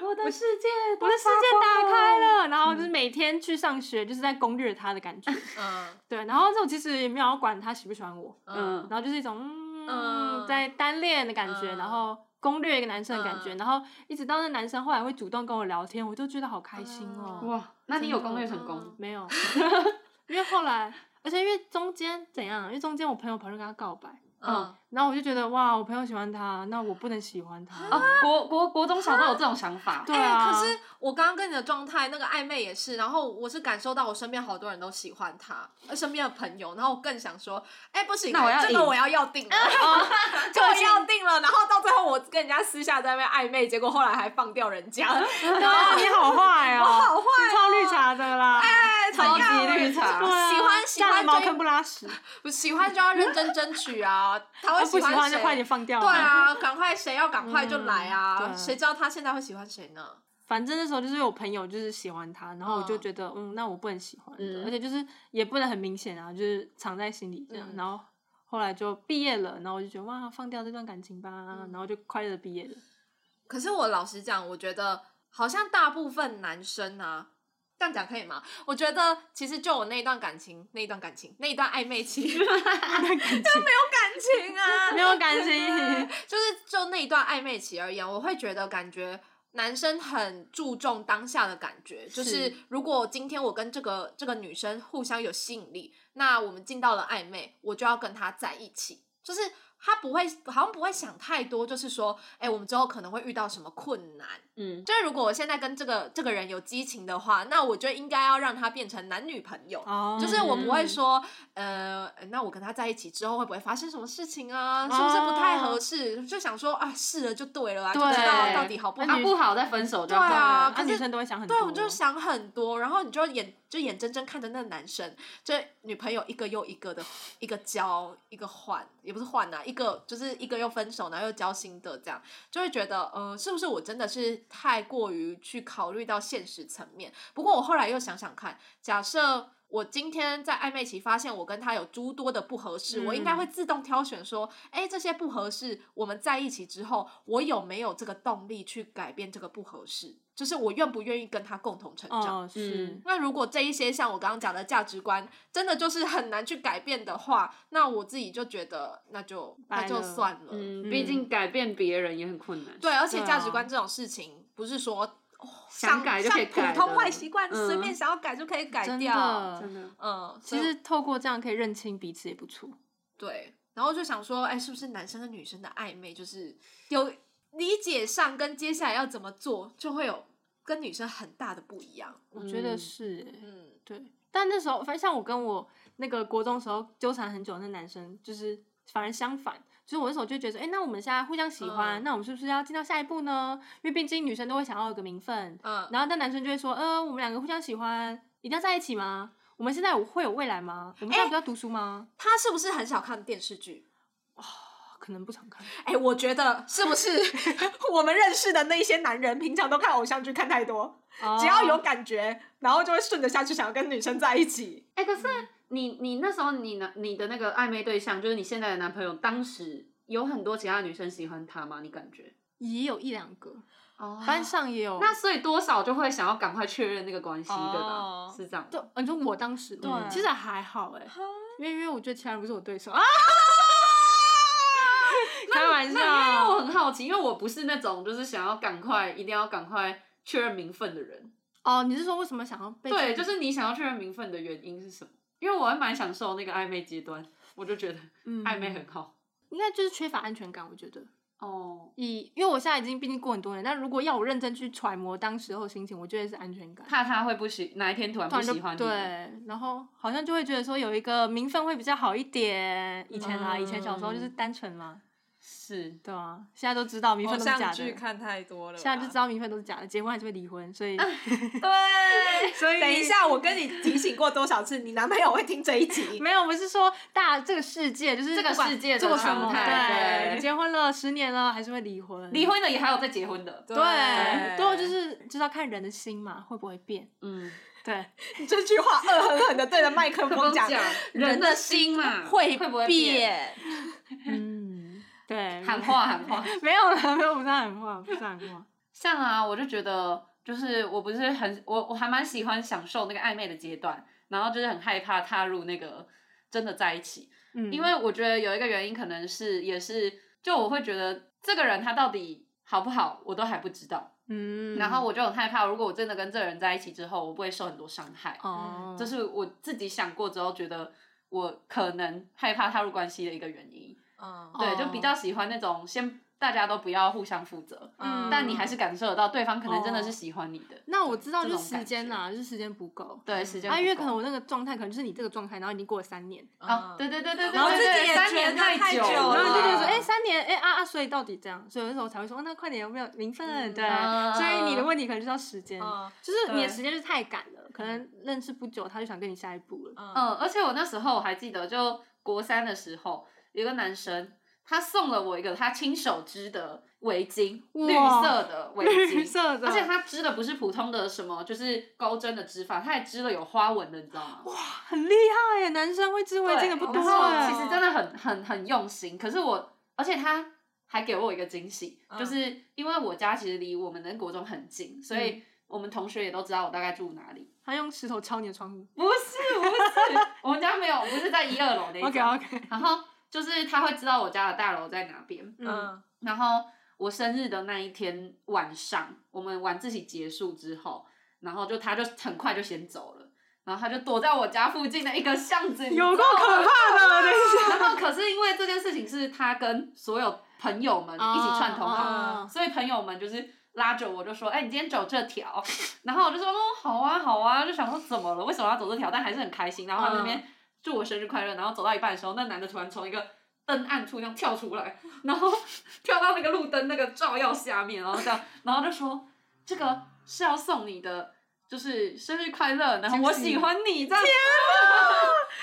[SPEAKER 4] 我的世界，
[SPEAKER 2] 我的世界打开。了，然
[SPEAKER 4] 嗯
[SPEAKER 2] 后就是每天去上学就是在攻略他的感觉，
[SPEAKER 1] 嗯
[SPEAKER 2] 对，然后这种其实也没有要管他喜不喜欢我，
[SPEAKER 1] 嗯
[SPEAKER 4] 嗯
[SPEAKER 2] 然后就是一种嗯
[SPEAKER 1] 嗯
[SPEAKER 2] 在单恋的感觉，
[SPEAKER 1] 嗯
[SPEAKER 2] 然后攻略一个男生的感觉，
[SPEAKER 1] 嗯
[SPEAKER 2] 然后一直到那男生后来会主动跟我聊天，我就觉得好开心哦。
[SPEAKER 1] 嗯
[SPEAKER 4] 哇，那你有攻略
[SPEAKER 1] 真的
[SPEAKER 4] 成功？
[SPEAKER 2] 没有， 因为后来，而且因为中间怎样？因为中间我朋友跑去跟他告白，
[SPEAKER 1] 嗯，
[SPEAKER 2] 然后我就觉得哇，我朋友喜欢他，那我不能喜欢他。
[SPEAKER 4] 啊，国国国中小都有这种想法，
[SPEAKER 2] 对
[SPEAKER 1] 哎
[SPEAKER 2] 啊，
[SPEAKER 1] 可是我刚刚跟你的状态，那个暧昧也是，然后我是感受到我身边好多人都喜欢他，呃身边的朋友，然后我更想说，哎、不行，
[SPEAKER 4] 那我要
[SPEAKER 1] 这
[SPEAKER 4] 赢
[SPEAKER 1] 个我要要定了， 这个我要定了，然后到最后我跟人家私下在那边暧昧，结果后来还放掉人家，
[SPEAKER 2] 对啊，你好坏哦，
[SPEAKER 1] 我好坏哦
[SPEAKER 2] 你超绿茶的啦，
[SPEAKER 1] 哎，怎
[SPEAKER 4] 超级
[SPEAKER 1] 样
[SPEAKER 4] 绿茶
[SPEAKER 2] 对啊
[SPEAKER 1] 喜欢喜
[SPEAKER 2] 嫁了
[SPEAKER 1] 欢
[SPEAKER 2] 茅
[SPEAKER 1] 追
[SPEAKER 2] 坑不拉屎，啊
[SPEAKER 1] 不喜欢就要认真争取啊，他会
[SPEAKER 2] 不喜欢就
[SPEAKER 1] 谁？
[SPEAKER 2] 快点放掉。
[SPEAKER 1] 对，啊，赶快谁要赶快就来
[SPEAKER 2] 嗯
[SPEAKER 1] 啊！
[SPEAKER 2] 对
[SPEAKER 1] 谁知道他现在会喜欢谁呢？
[SPEAKER 2] 反正那时候就是有朋友就是喜欢他，然后我就
[SPEAKER 1] 嗯
[SPEAKER 2] 觉得嗯，那我不能喜欢的，
[SPEAKER 4] 嗯
[SPEAKER 2] 而且就是也不能很明显啊，就是藏在心里这样，
[SPEAKER 1] 嗯
[SPEAKER 2] 然后。后来就毕业了，然后我就觉得哇，放掉这段感情吧，
[SPEAKER 1] 嗯
[SPEAKER 2] 然后就快乐的毕业了。
[SPEAKER 1] 可是我老实讲，我觉得好像大部分男生啊，这样讲可以吗？我觉得其实就我那一段感情，那一段感情，那一段暧昧期，没有
[SPEAKER 2] 那段感情
[SPEAKER 1] 感情啊，
[SPEAKER 2] 没有感
[SPEAKER 1] 对
[SPEAKER 2] 情，
[SPEAKER 1] 就是就那一段暧昧期而言，我会觉得感觉男生很注重当下的感觉，就是
[SPEAKER 2] 是
[SPEAKER 1] 如果今天我跟这个这个女生互相有吸引力，那我们进到了暧昧，我就要跟她在一起，就是。他不会，好像不会想太多，就是说，哎、我们之后可能会遇到什么困难，
[SPEAKER 4] 嗯，
[SPEAKER 1] 就是如果我现在跟这个这个人有激情的话，那我就应该要让他变成男女朋友。
[SPEAKER 2] 哦
[SPEAKER 1] 就是我不会说，呃，那我跟他在一起之后会不会发生什么事情啊？是不是不太合适？就想说啊，试了就对了啊，就知道
[SPEAKER 2] 哦对
[SPEAKER 1] 到底好不
[SPEAKER 4] 啊
[SPEAKER 1] 好。
[SPEAKER 4] 不好再分手就
[SPEAKER 1] 对
[SPEAKER 4] 好
[SPEAKER 1] 啊
[SPEAKER 4] 了。
[SPEAKER 2] 那
[SPEAKER 1] 可是
[SPEAKER 2] 女生都会想很多。
[SPEAKER 1] 对，我就想很多，然后你就眼就眼睁睁看着那个男生，这女朋友一个又一个的，一个交一个换，也不是换啊，一个就是一个又分手，然后又交新的，这样就会觉得，嗯、是不是我真的是太过于去考虑到现实层面？不过我后来又想想看，假设。我今天在暧昧期发现我跟他有诸多的不合适，我应该
[SPEAKER 2] 嗯
[SPEAKER 1] 会自动挑选说，哎，这些不合适，我们在一起之后，我有没有这个动力去改变这个不合适？就是我愿不愿意跟他共同成长？
[SPEAKER 2] 哦，是
[SPEAKER 4] 嗯
[SPEAKER 1] 那如果这一些像我刚刚讲的价值观，真的就是很难去改变的话，那我自己就觉得那就那
[SPEAKER 2] 掰
[SPEAKER 1] 就
[SPEAKER 2] 了
[SPEAKER 1] 算了。
[SPEAKER 4] 嗯嗯，毕竟改变别人也很困难。
[SPEAKER 1] 对，而且
[SPEAKER 2] 嗯对
[SPEAKER 1] 价值
[SPEAKER 2] 啊
[SPEAKER 1] 观这种事情，不是说、哦想
[SPEAKER 4] 想改就可以
[SPEAKER 1] 像
[SPEAKER 4] 改
[SPEAKER 1] 普通
[SPEAKER 4] 的
[SPEAKER 1] 坏习惯，
[SPEAKER 4] 嗯
[SPEAKER 1] 随便想要改就可以改
[SPEAKER 2] 真
[SPEAKER 1] 掉。
[SPEAKER 2] 的。
[SPEAKER 4] 真的，
[SPEAKER 1] 嗯，
[SPEAKER 2] 其
[SPEAKER 1] 所以
[SPEAKER 2] 实透过这样可以认清彼此也不错。
[SPEAKER 1] 对，然后就想说，哎，是不是男生跟女生的暧昧就是有理解上跟接下来要怎么做，就会有跟女生很大的不一样。
[SPEAKER 2] 我觉得
[SPEAKER 4] 嗯
[SPEAKER 2] 是欸、
[SPEAKER 1] 嗯，
[SPEAKER 2] 对。但那时候，反正像我跟我那个国中时候纠缠很久的那男生，就是反而相反，就是我那时候就觉得说，哎、那我们现在互相喜欢，
[SPEAKER 1] 嗯
[SPEAKER 2] 那我们是不是要进到下一步呢？因为毕竟女生都会想要有个名分，
[SPEAKER 1] 嗯，
[SPEAKER 2] 然后但男生就会说，呃，我们两个互相喜欢，一定要在一起吗？我们现在有会有未来吗？我们现在不要读书吗？
[SPEAKER 1] 他是不是很少看电视剧？
[SPEAKER 2] 哦可能不常看，
[SPEAKER 1] 哎，我觉得是不是我们认识的那些男人，平常都看偶像剧看太多，只要有
[SPEAKER 2] 哦
[SPEAKER 1] 感觉，然后就会顺着下去，想要跟女生在一起。
[SPEAKER 4] 哎、可是你你那时候你男你的那个暧昧对象，就是你现在的男朋友，当时有很多其他女生喜欢他吗？你感觉？
[SPEAKER 2] 也有一两个，
[SPEAKER 4] 哦
[SPEAKER 2] 班上也有。
[SPEAKER 4] 那所以多少就会想要赶快确认那个关系，对吧
[SPEAKER 1] 哦？
[SPEAKER 4] 是这样。
[SPEAKER 2] 对， 呃你说我当时吗
[SPEAKER 4] 对
[SPEAKER 2] 其实还好哎、因为因为我觉得其他人不是我对手啊，开玩
[SPEAKER 4] 那因为我
[SPEAKER 2] 笑，
[SPEAKER 4] 很好奇，因为我不是那种就是想要赶快一定要赶快确认名分的人。
[SPEAKER 2] 哦，你是说为什么想要被
[SPEAKER 4] 对，就是你想要确认名分的原因是什么？因为我还蛮享受那个暧昧阶段，我就觉得
[SPEAKER 2] 嗯
[SPEAKER 4] 暧昧很好。
[SPEAKER 2] 应该就是缺乏安全感，我觉得。
[SPEAKER 4] 哦，
[SPEAKER 2] 以因为我现在已经毕竟过很多年，但如果要我认真去揣摩当时候心情，我觉得是安全感。
[SPEAKER 4] 怕他会不喜，哪一天突然
[SPEAKER 2] 突
[SPEAKER 4] 不
[SPEAKER 2] 然就
[SPEAKER 4] 喜欢你。
[SPEAKER 2] 对，然后好像就会觉得说有一个名分会比较好一点。以前啊，以前小时候就是
[SPEAKER 4] 嗯
[SPEAKER 2] 单纯嘛，
[SPEAKER 4] 是
[SPEAKER 2] 对啊，现在都知道名分都是假的，现
[SPEAKER 1] 看太多了
[SPEAKER 2] 在就知道名分都是假的，结婚还是会离婚，所以
[SPEAKER 1] 对，
[SPEAKER 2] 所以
[SPEAKER 1] 等一下，我跟你提醒过多少次，你男朋友会听这一 集？
[SPEAKER 2] 没有，我是说大这个世界，就是
[SPEAKER 4] 这个
[SPEAKER 2] 不管
[SPEAKER 4] 世界的
[SPEAKER 2] 做什么，
[SPEAKER 4] 常态
[SPEAKER 2] 对，
[SPEAKER 4] 对
[SPEAKER 2] 你结婚了十年了，还是会离婚，
[SPEAKER 4] 离。婚的也还有在结婚的。
[SPEAKER 1] 对
[SPEAKER 2] 对，对，就是就是要看人的心嘛，会不会变？
[SPEAKER 4] 嗯，
[SPEAKER 2] 对，
[SPEAKER 1] 你这句话恶狠狠的对着麦克
[SPEAKER 4] 不
[SPEAKER 1] 风
[SPEAKER 4] 讲
[SPEAKER 1] 讲，
[SPEAKER 4] 人的心嘛，会不会变？
[SPEAKER 1] 变。
[SPEAKER 2] 嗯，对，
[SPEAKER 4] 喊话喊话，
[SPEAKER 2] 没有了，没有，不是喊话，不是喊话，
[SPEAKER 4] 像啊，我就觉得，就是我不是很，我我还蛮喜欢享受那个暧昧的阶段，然后就是很害怕踏入那个真的在一起，
[SPEAKER 2] 嗯，
[SPEAKER 4] 因为我觉得有一个原因可能是也是，就我会觉得这个人他到底好不好，我都还不知道，
[SPEAKER 2] 嗯，
[SPEAKER 4] 然后我就很害怕，如果我真的跟这个人在一起之后，我不会受很多伤害，
[SPEAKER 2] 哦，
[SPEAKER 4] 这是我自己想过之后觉得我可能害怕踏入关系的一个原因。
[SPEAKER 1] 嗯
[SPEAKER 4] 对，
[SPEAKER 2] 哦
[SPEAKER 4] 就比较喜欢那种先大家都不要互相负责，
[SPEAKER 2] 嗯哦
[SPEAKER 4] 但你还是感受得到对方可能真的是喜欢你的。
[SPEAKER 2] 那我知道，
[SPEAKER 4] 这
[SPEAKER 2] 就是
[SPEAKER 4] 种
[SPEAKER 2] 时
[SPEAKER 4] 感
[SPEAKER 2] 间
[SPEAKER 4] 觉
[SPEAKER 2] 啦，就是时间不够。
[SPEAKER 4] 对，时间不
[SPEAKER 2] 啊，
[SPEAKER 4] 够。
[SPEAKER 2] 因为可能我那个状态，可能就是你这个状态，然后已经过了三年，
[SPEAKER 1] 嗯
[SPEAKER 4] 啊，对对对对对，
[SPEAKER 1] 然后
[SPEAKER 4] 对
[SPEAKER 1] 自己
[SPEAKER 4] 对
[SPEAKER 1] 也
[SPEAKER 4] 三
[SPEAKER 1] 觉
[SPEAKER 4] 年
[SPEAKER 1] 得太
[SPEAKER 4] 久
[SPEAKER 1] 久
[SPEAKER 2] 然
[SPEAKER 1] 了
[SPEAKER 2] 后你就觉得说，
[SPEAKER 1] 哇
[SPEAKER 2] 哎、三年，哎、啊啊，所以到底这样，所以有时候我才会说，哦那快点有没有名分？对，啊
[SPEAKER 4] 嗯
[SPEAKER 2] 所以你的问题可能就是要时间，
[SPEAKER 1] 嗯
[SPEAKER 2] 就是你的
[SPEAKER 4] 对
[SPEAKER 2] 时间就是太赶了，可能认识不久他就想跟你下一步了。
[SPEAKER 1] 嗯
[SPEAKER 4] 嗯，而且我那时候我还记得，就国三的时候，有一个男生。他送了我一个他亲手织的围巾，
[SPEAKER 2] 哇
[SPEAKER 4] 绿色的围巾，
[SPEAKER 2] 绿色的
[SPEAKER 4] 而且他织的不是普通的什么，就是钩针的织法，他还织了有花纹的，你知道吗？
[SPEAKER 2] 很厉害耶，男生会织围巾的不
[SPEAKER 4] 对
[SPEAKER 2] 多
[SPEAKER 4] 然后其
[SPEAKER 2] 哎。
[SPEAKER 4] 实真的很很很用心，可是我，而且他还给我一个惊喜，
[SPEAKER 1] 嗯
[SPEAKER 4] 就是因为我家其实离我们的国中很近，所以我们同学也都知道我大概住哪里。
[SPEAKER 2] 他用石头敲你的窗户。
[SPEAKER 4] 不是 不是，我们家没有，不是在一二楼 那一
[SPEAKER 2] OK
[SPEAKER 4] 种。
[SPEAKER 2] OK，
[SPEAKER 4] 然后就是他会知道我家的大楼在哪边，
[SPEAKER 2] 嗯，
[SPEAKER 4] 然后我生日的那一天晚上，我们晚自习结束之后，然后就他就很快就先走了，然后他就躲在我家附近的一个巷子里，
[SPEAKER 2] 有够可怕的， 等一下。
[SPEAKER 4] 然后可是因为这件事情是他跟所有朋友们一起串通好的，
[SPEAKER 2] 哦
[SPEAKER 4] 所以朋友们就是拉着我就说：“哎、你今天走这条。”然后我就说：“哦，好啊，好啊。”就想说怎么了？为什么要走这条？但还是很开心。然后他们那边祝我生日快乐，然后走到一半的时候，那男的突然从一个灯暗处这样跳出来，然后 跳到那个路灯那个照耀下面，然后这样，然后就说：“这个是要送你的。”就是生日快乐，然后我喜欢你这样，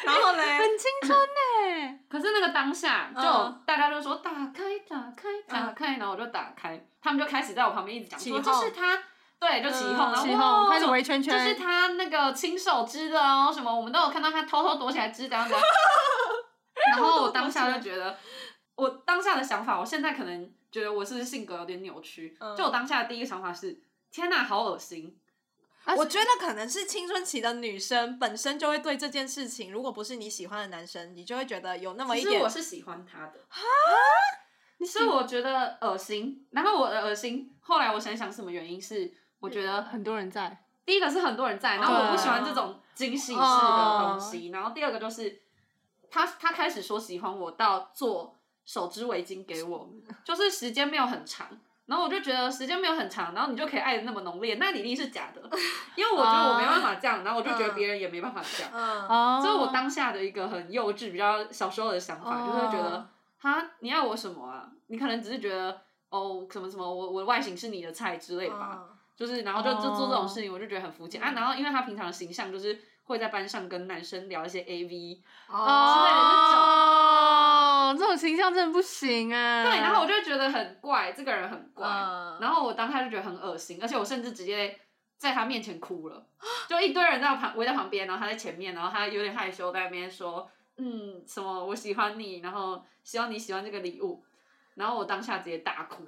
[SPEAKER 1] 然后嘞，
[SPEAKER 2] 很青春呢、
[SPEAKER 4] 可是那个当下，就
[SPEAKER 1] 嗯
[SPEAKER 4] 大家就说打开，打开，打开，然后我就打开，他们就开始在我旁边一直讲
[SPEAKER 1] 起
[SPEAKER 4] 说
[SPEAKER 1] 哄
[SPEAKER 4] 这是他，对，就起哄，然后
[SPEAKER 2] 起
[SPEAKER 4] 哇
[SPEAKER 2] 哄开始围圈圈
[SPEAKER 4] 这是他那个亲手织的哦，什么我们都有看到他偷偷躲起来织的样子。然后我当下就觉得，我当下的想法，我现在可能觉得我是不是性格有点扭曲，
[SPEAKER 1] 嗯
[SPEAKER 4] 就我当下的第一个想法是，天哪，好恶心，
[SPEAKER 1] 我觉得可能是青春期的女生本身就会对这件事情，如果不是你喜欢的男生，你就会觉得有那么
[SPEAKER 4] 其
[SPEAKER 1] 一
[SPEAKER 4] 实
[SPEAKER 1] 点
[SPEAKER 4] 我是喜欢他的啊，是我觉得恶心。然后我的恶心，后来我想想什么原因是，我觉得
[SPEAKER 2] 很多人在，
[SPEAKER 4] 第一个是很多人在，然后我不喜欢这种惊喜式的东西，然后第二个就是他他开始说喜欢我到做手织围巾给我，就是时间没有很长。然后我就觉得时间没有很长，然后你就可以爱的那么浓烈，那你一定是假的，因为我觉得我没办法这样，然后我就觉得别人也没办法这样，
[SPEAKER 1] 嗯，
[SPEAKER 2] 哦
[SPEAKER 4] 这是我当下的一个很幼稚、比较小时候的想法，就是会觉得
[SPEAKER 2] 哦
[SPEAKER 4] 哈，你爱我什么啊？你可能只是觉得哦，什么什么，我我的外形是你的菜之类
[SPEAKER 1] 哦
[SPEAKER 4] 吧，就是然后就就做
[SPEAKER 2] 哦
[SPEAKER 4] 这种事情，我就觉得很肤浅、
[SPEAKER 2] 嗯
[SPEAKER 4] 啊。然后因为他平常的形象就是会在班上跟男生聊一些 A V，、之
[SPEAKER 1] 哦
[SPEAKER 4] 类的那种
[SPEAKER 2] 哦，这种形象真的不行啊。
[SPEAKER 4] 对，然后我就觉得很怪，这个人很怪。
[SPEAKER 1] 嗯
[SPEAKER 4] 然后我当下就觉得很恶心，而且我甚至直接在他面前哭了，就一堆人在我旁围在旁边，然后他在前面，然后他有点害羞在那边说，嗯，什么我喜欢你，然后希望你喜欢这个礼物，然后我当下直接大哭，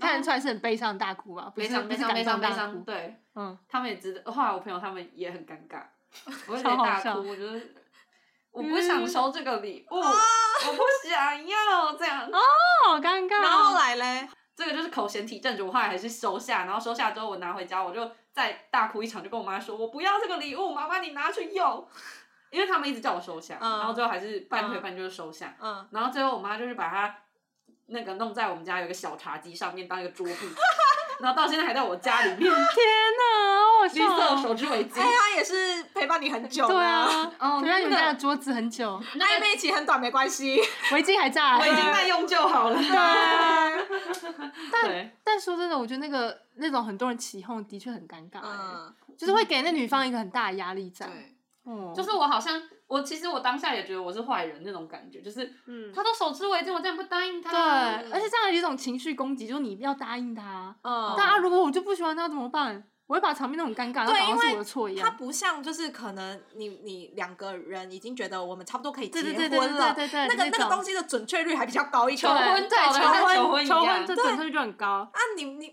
[SPEAKER 2] 看得出来是很悲伤的大哭啊，不
[SPEAKER 4] 悲
[SPEAKER 2] 是
[SPEAKER 4] 伤
[SPEAKER 2] 不
[SPEAKER 4] 悲
[SPEAKER 2] 是
[SPEAKER 4] 伤悲
[SPEAKER 2] 感
[SPEAKER 4] 伤
[SPEAKER 2] 动
[SPEAKER 4] 悲
[SPEAKER 2] 大
[SPEAKER 4] 伤，
[SPEAKER 2] 哭。
[SPEAKER 4] 对。
[SPEAKER 2] 嗯，
[SPEAKER 4] 他们也知道，后来我朋友他们也很尴 尬，我就直接
[SPEAKER 2] 超好
[SPEAKER 4] 大
[SPEAKER 2] 笑嗯
[SPEAKER 4] 哭，我就是我不想收这个礼物，我不想要这
[SPEAKER 2] 啊
[SPEAKER 4] 样。哦
[SPEAKER 2] 好尴尬。
[SPEAKER 1] 然后来嘞，
[SPEAKER 4] 这个就是口嫌体正直，我后来还是收下，然后收下之后我拿回家，我就再大哭一场，就跟我妈说，我不要这个礼物，妈妈你拿去用，因为他们一直叫我收下，
[SPEAKER 1] 嗯
[SPEAKER 4] 然后最后还是半推半就收下，
[SPEAKER 1] 嗯，
[SPEAKER 4] 然后最后我妈就是把它那个弄在我们家有一个小茶几上面当一个桌布， 然后到现在还在我家 里面，
[SPEAKER 2] 天哪，好好
[SPEAKER 4] 绿
[SPEAKER 2] 笑
[SPEAKER 4] 色
[SPEAKER 2] 哦。
[SPEAKER 4] 手织围巾。
[SPEAKER 1] 哎，他也是陪伴你很久，
[SPEAKER 2] 对，啊，
[SPEAKER 4] 哦
[SPEAKER 2] 陪在你
[SPEAKER 4] 真
[SPEAKER 2] 们
[SPEAKER 4] 的
[SPEAKER 2] 家的桌子很久，
[SPEAKER 1] 暧昧期很短没关系，
[SPEAKER 2] 围巾还在。啊
[SPEAKER 4] 我已经在用就好 了。
[SPEAKER 1] 对，
[SPEAKER 4] 对，
[SPEAKER 2] 但说真的，我觉得那个那种很多人起哄的确很尴 尬、欸，
[SPEAKER 1] 嗯，
[SPEAKER 2] 就是会给那女方一个很大的压力在。
[SPEAKER 1] 对，
[SPEAKER 2] 哦，
[SPEAKER 4] 就是我好像我其实我当下也觉得我是坏人那种感觉，就是
[SPEAKER 1] 嗯，
[SPEAKER 4] 他都手织围巾，我竟然不答应他。
[SPEAKER 2] 对，而且这样有一种情绪攻击，就是你要答应他，
[SPEAKER 4] 哦
[SPEAKER 1] 嗯，
[SPEAKER 2] 但啊，如果我就不喜欢他怎么办？我会把场面弄很尴尬，
[SPEAKER 1] 对
[SPEAKER 2] 那好像
[SPEAKER 1] 因
[SPEAKER 2] 是
[SPEAKER 1] 为
[SPEAKER 2] 我的错一
[SPEAKER 1] 它
[SPEAKER 2] 样。
[SPEAKER 1] 不像就是可能你你两个人已经觉得我们差不多可以结
[SPEAKER 2] 对
[SPEAKER 1] 婚
[SPEAKER 2] 对
[SPEAKER 1] 了，
[SPEAKER 2] 对对对对对，
[SPEAKER 1] 那个那个东
[SPEAKER 2] 西
[SPEAKER 1] 西的准确率还比较高一些。
[SPEAKER 4] 求婚
[SPEAKER 2] 对
[SPEAKER 4] 搞得
[SPEAKER 1] 求婚
[SPEAKER 4] 像求婚一
[SPEAKER 2] 求婚
[SPEAKER 4] 样，
[SPEAKER 2] 这准确率就很 高，
[SPEAKER 1] 啊，你你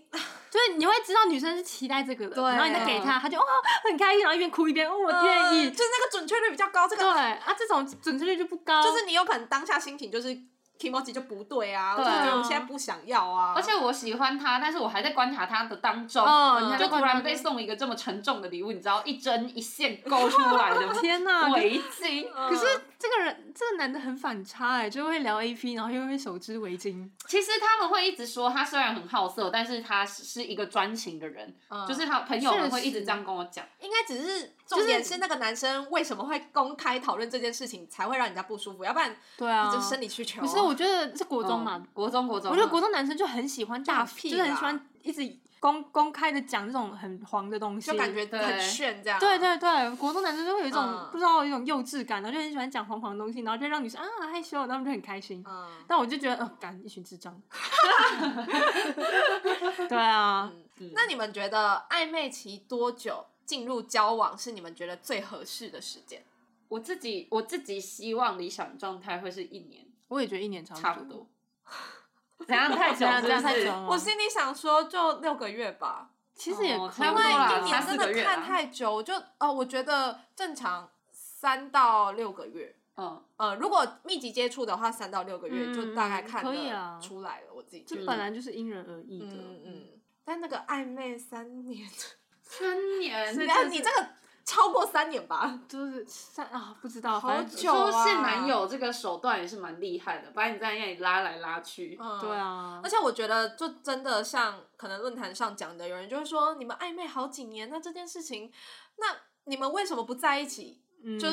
[SPEAKER 2] 就是你会知道女生是期待这个的，
[SPEAKER 1] 对
[SPEAKER 2] 然后你再给她，她就哦很开心，然后一边哭一边哦我愿
[SPEAKER 1] 呃
[SPEAKER 2] 意
[SPEAKER 1] 就。是那个准确率比较高，这
[SPEAKER 2] 对
[SPEAKER 1] 个
[SPEAKER 2] 啊，这种准确率就不高，
[SPEAKER 1] 呃就是你有可能当下心情就是 k i m o j i 就不对啊，我
[SPEAKER 4] 对
[SPEAKER 1] 就觉得我现在不想要啊，
[SPEAKER 4] 而且我喜欢他，但是我还在观察他的当中，
[SPEAKER 2] 哦
[SPEAKER 1] 嗯
[SPEAKER 2] 你还
[SPEAKER 4] 就
[SPEAKER 2] 在
[SPEAKER 4] 突
[SPEAKER 2] 观察
[SPEAKER 4] 然
[SPEAKER 2] 他
[SPEAKER 4] 被送一个这么沉重的礼物，你知道，一针一线勾出来的
[SPEAKER 2] 天哪，可是
[SPEAKER 4] 围巾。
[SPEAKER 1] 嗯
[SPEAKER 2] 可是这个人，这个男的很反差哎、就会聊 A P，然后又会手织围巾，
[SPEAKER 4] 其实他们会一直说，他虽然很好色，但是他是是一个专情的人，
[SPEAKER 1] 嗯
[SPEAKER 4] 就是他朋友们会一
[SPEAKER 2] 确
[SPEAKER 4] 直
[SPEAKER 2] 实
[SPEAKER 4] 这样跟我讲。
[SPEAKER 1] 应该只是重点是那个男生为什么会公开讨论这件事情，才会让人家不舒服，要不然
[SPEAKER 2] 对啊，
[SPEAKER 1] 就是生理需求。
[SPEAKER 2] 不是，我觉得是国中嘛，
[SPEAKER 4] 嗯国中国中，
[SPEAKER 2] 我觉得国中男生就很喜欢大
[SPEAKER 1] 就很屁
[SPEAKER 2] 就
[SPEAKER 1] 啦
[SPEAKER 2] 是很喜欢一直公公开的讲这种很黄的东西，
[SPEAKER 1] 就感觉
[SPEAKER 4] 对
[SPEAKER 1] 很炫这样。
[SPEAKER 2] 对对对，国中男生就会有一种、
[SPEAKER 1] 嗯
[SPEAKER 2] 不知道有一种幼稚感，然后就很喜欢讲黄黄的东西，然后就让女生啊害羞，然后他们就很开心。
[SPEAKER 1] 嗯，
[SPEAKER 2] 但我就觉得，呃，干一群智 障。对啊，
[SPEAKER 1] 那你们觉得暧昧期多久进入交往是你们觉得最合适的时间？
[SPEAKER 4] 我自己我自己希望理想状态会是一年
[SPEAKER 2] 我也觉得一年差
[SPEAKER 4] 差不 多。哦怎样太
[SPEAKER 2] 这
[SPEAKER 4] 久了
[SPEAKER 2] 样这
[SPEAKER 4] 是不
[SPEAKER 2] 样太
[SPEAKER 4] 是
[SPEAKER 2] 久了吗。
[SPEAKER 1] 我心里想说，就六个月吧，
[SPEAKER 2] 其实也
[SPEAKER 4] 哦
[SPEAKER 2] 可以
[SPEAKER 4] 差
[SPEAKER 1] 因
[SPEAKER 4] 不多
[SPEAKER 1] 为
[SPEAKER 4] 啦
[SPEAKER 1] 一年
[SPEAKER 4] 三
[SPEAKER 1] 真
[SPEAKER 4] 四
[SPEAKER 1] 的
[SPEAKER 4] 个
[SPEAKER 2] 啊
[SPEAKER 4] 月啦
[SPEAKER 1] 看太久，我就呃，我觉得正常三到六个月。
[SPEAKER 4] 嗯，
[SPEAKER 1] 呃，如果密集接触的话，三到六个月
[SPEAKER 2] 嗯
[SPEAKER 1] 就大概看
[SPEAKER 2] 可以啊
[SPEAKER 1] 得出来了。我自己觉
[SPEAKER 2] 这
[SPEAKER 1] 得，
[SPEAKER 2] 本来就是因人而异的。
[SPEAKER 1] 嗯嗯。但那个暧昧三 年，
[SPEAKER 4] 三年
[SPEAKER 1] 你看你这个超过三年吧？
[SPEAKER 2] 嗯就是三啊，不知道，
[SPEAKER 1] 好
[SPEAKER 2] 反正
[SPEAKER 1] 久
[SPEAKER 4] 说
[SPEAKER 1] 啊
[SPEAKER 4] 现男友这个手段也是蛮厉害的，把你在那里拉来拉去。
[SPEAKER 1] 嗯，
[SPEAKER 2] 对。啊
[SPEAKER 1] 而，且我觉得，就真的像可能论坛上讲的，有人就会说，你们暧昧好几年，那这件事情，那你们为什么不在一起？
[SPEAKER 2] 嗯
[SPEAKER 1] 就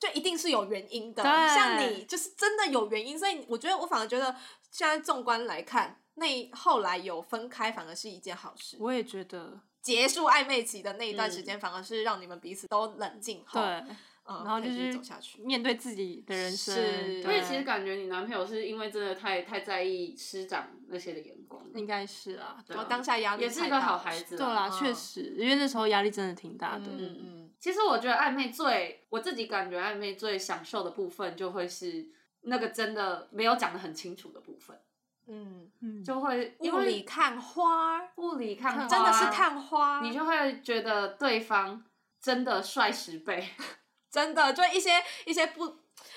[SPEAKER 1] 就一定是有原因的。
[SPEAKER 2] 对
[SPEAKER 1] 像你就是真的有原因，所以我觉得我反而觉得现在纵观来看，那后来有分开反而是一件好事。
[SPEAKER 2] 我也觉得
[SPEAKER 1] 结束暧昧期的那一段时间，反而是让你们彼此都冷静后，
[SPEAKER 2] 嗯对，
[SPEAKER 1] 嗯，
[SPEAKER 2] 然后
[SPEAKER 1] 可
[SPEAKER 2] 就
[SPEAKER 1] 以继续
[SPEAKER 2] 是
[SPEAKER 1] 走下去。
[SPEAKER 2] 面对自己的人生，
[SPEAKER 1] 是
[SPEAKER 2] 对
[SPEAKER 4] 因为其实感觉你男朋友是因为真的太太在意师长那些的眼光了，
[SPEAKER 2] 应该是啊，对
[SPEAKER 1] 然后当下压力
[SPEAKER 4] 也是一
[SPEAKER 1] 太
[SPEAKER 4] 个
[SPEAKER 1] 大
[SPEAKER 4] 好
[SPEAKER 1] 了
[SPEAKER 4] 孩，子啊
[SPEAKER 2] 对啊
[SPEAKER 4] 啦。
[SPEAKER 2] 啦，
[SPEAKER 1] 嗯
[SPEAKER 2] 确实，因为那时候压力真的挺大的。
[SPEAKER 1] 嗯嗯
[SPEAKER 4] 其实我觉得暧昧最，我自己感觉暧昧最享受的部分就会是那个真的没有讲的很清楚的部分，
[SPEAKER 1] 嗯，
[SPEAKER 2] 嗯，
[SPEAKER 4] 就会因
[SPEAKER 1] 雾
[SPEAKER 4] 为
[SPEAKER 1] 里看花儿，
[SPEAKER 4] 雾里看花，
[SPEAKER 2] 看
[SPEAKER 4] 啊
[SPEAKER 1] 真的是看花，
[SPEAKER 4] 你就会觉得对方真的帅十倍，
[SPEAKER 1] 真的就一些一些不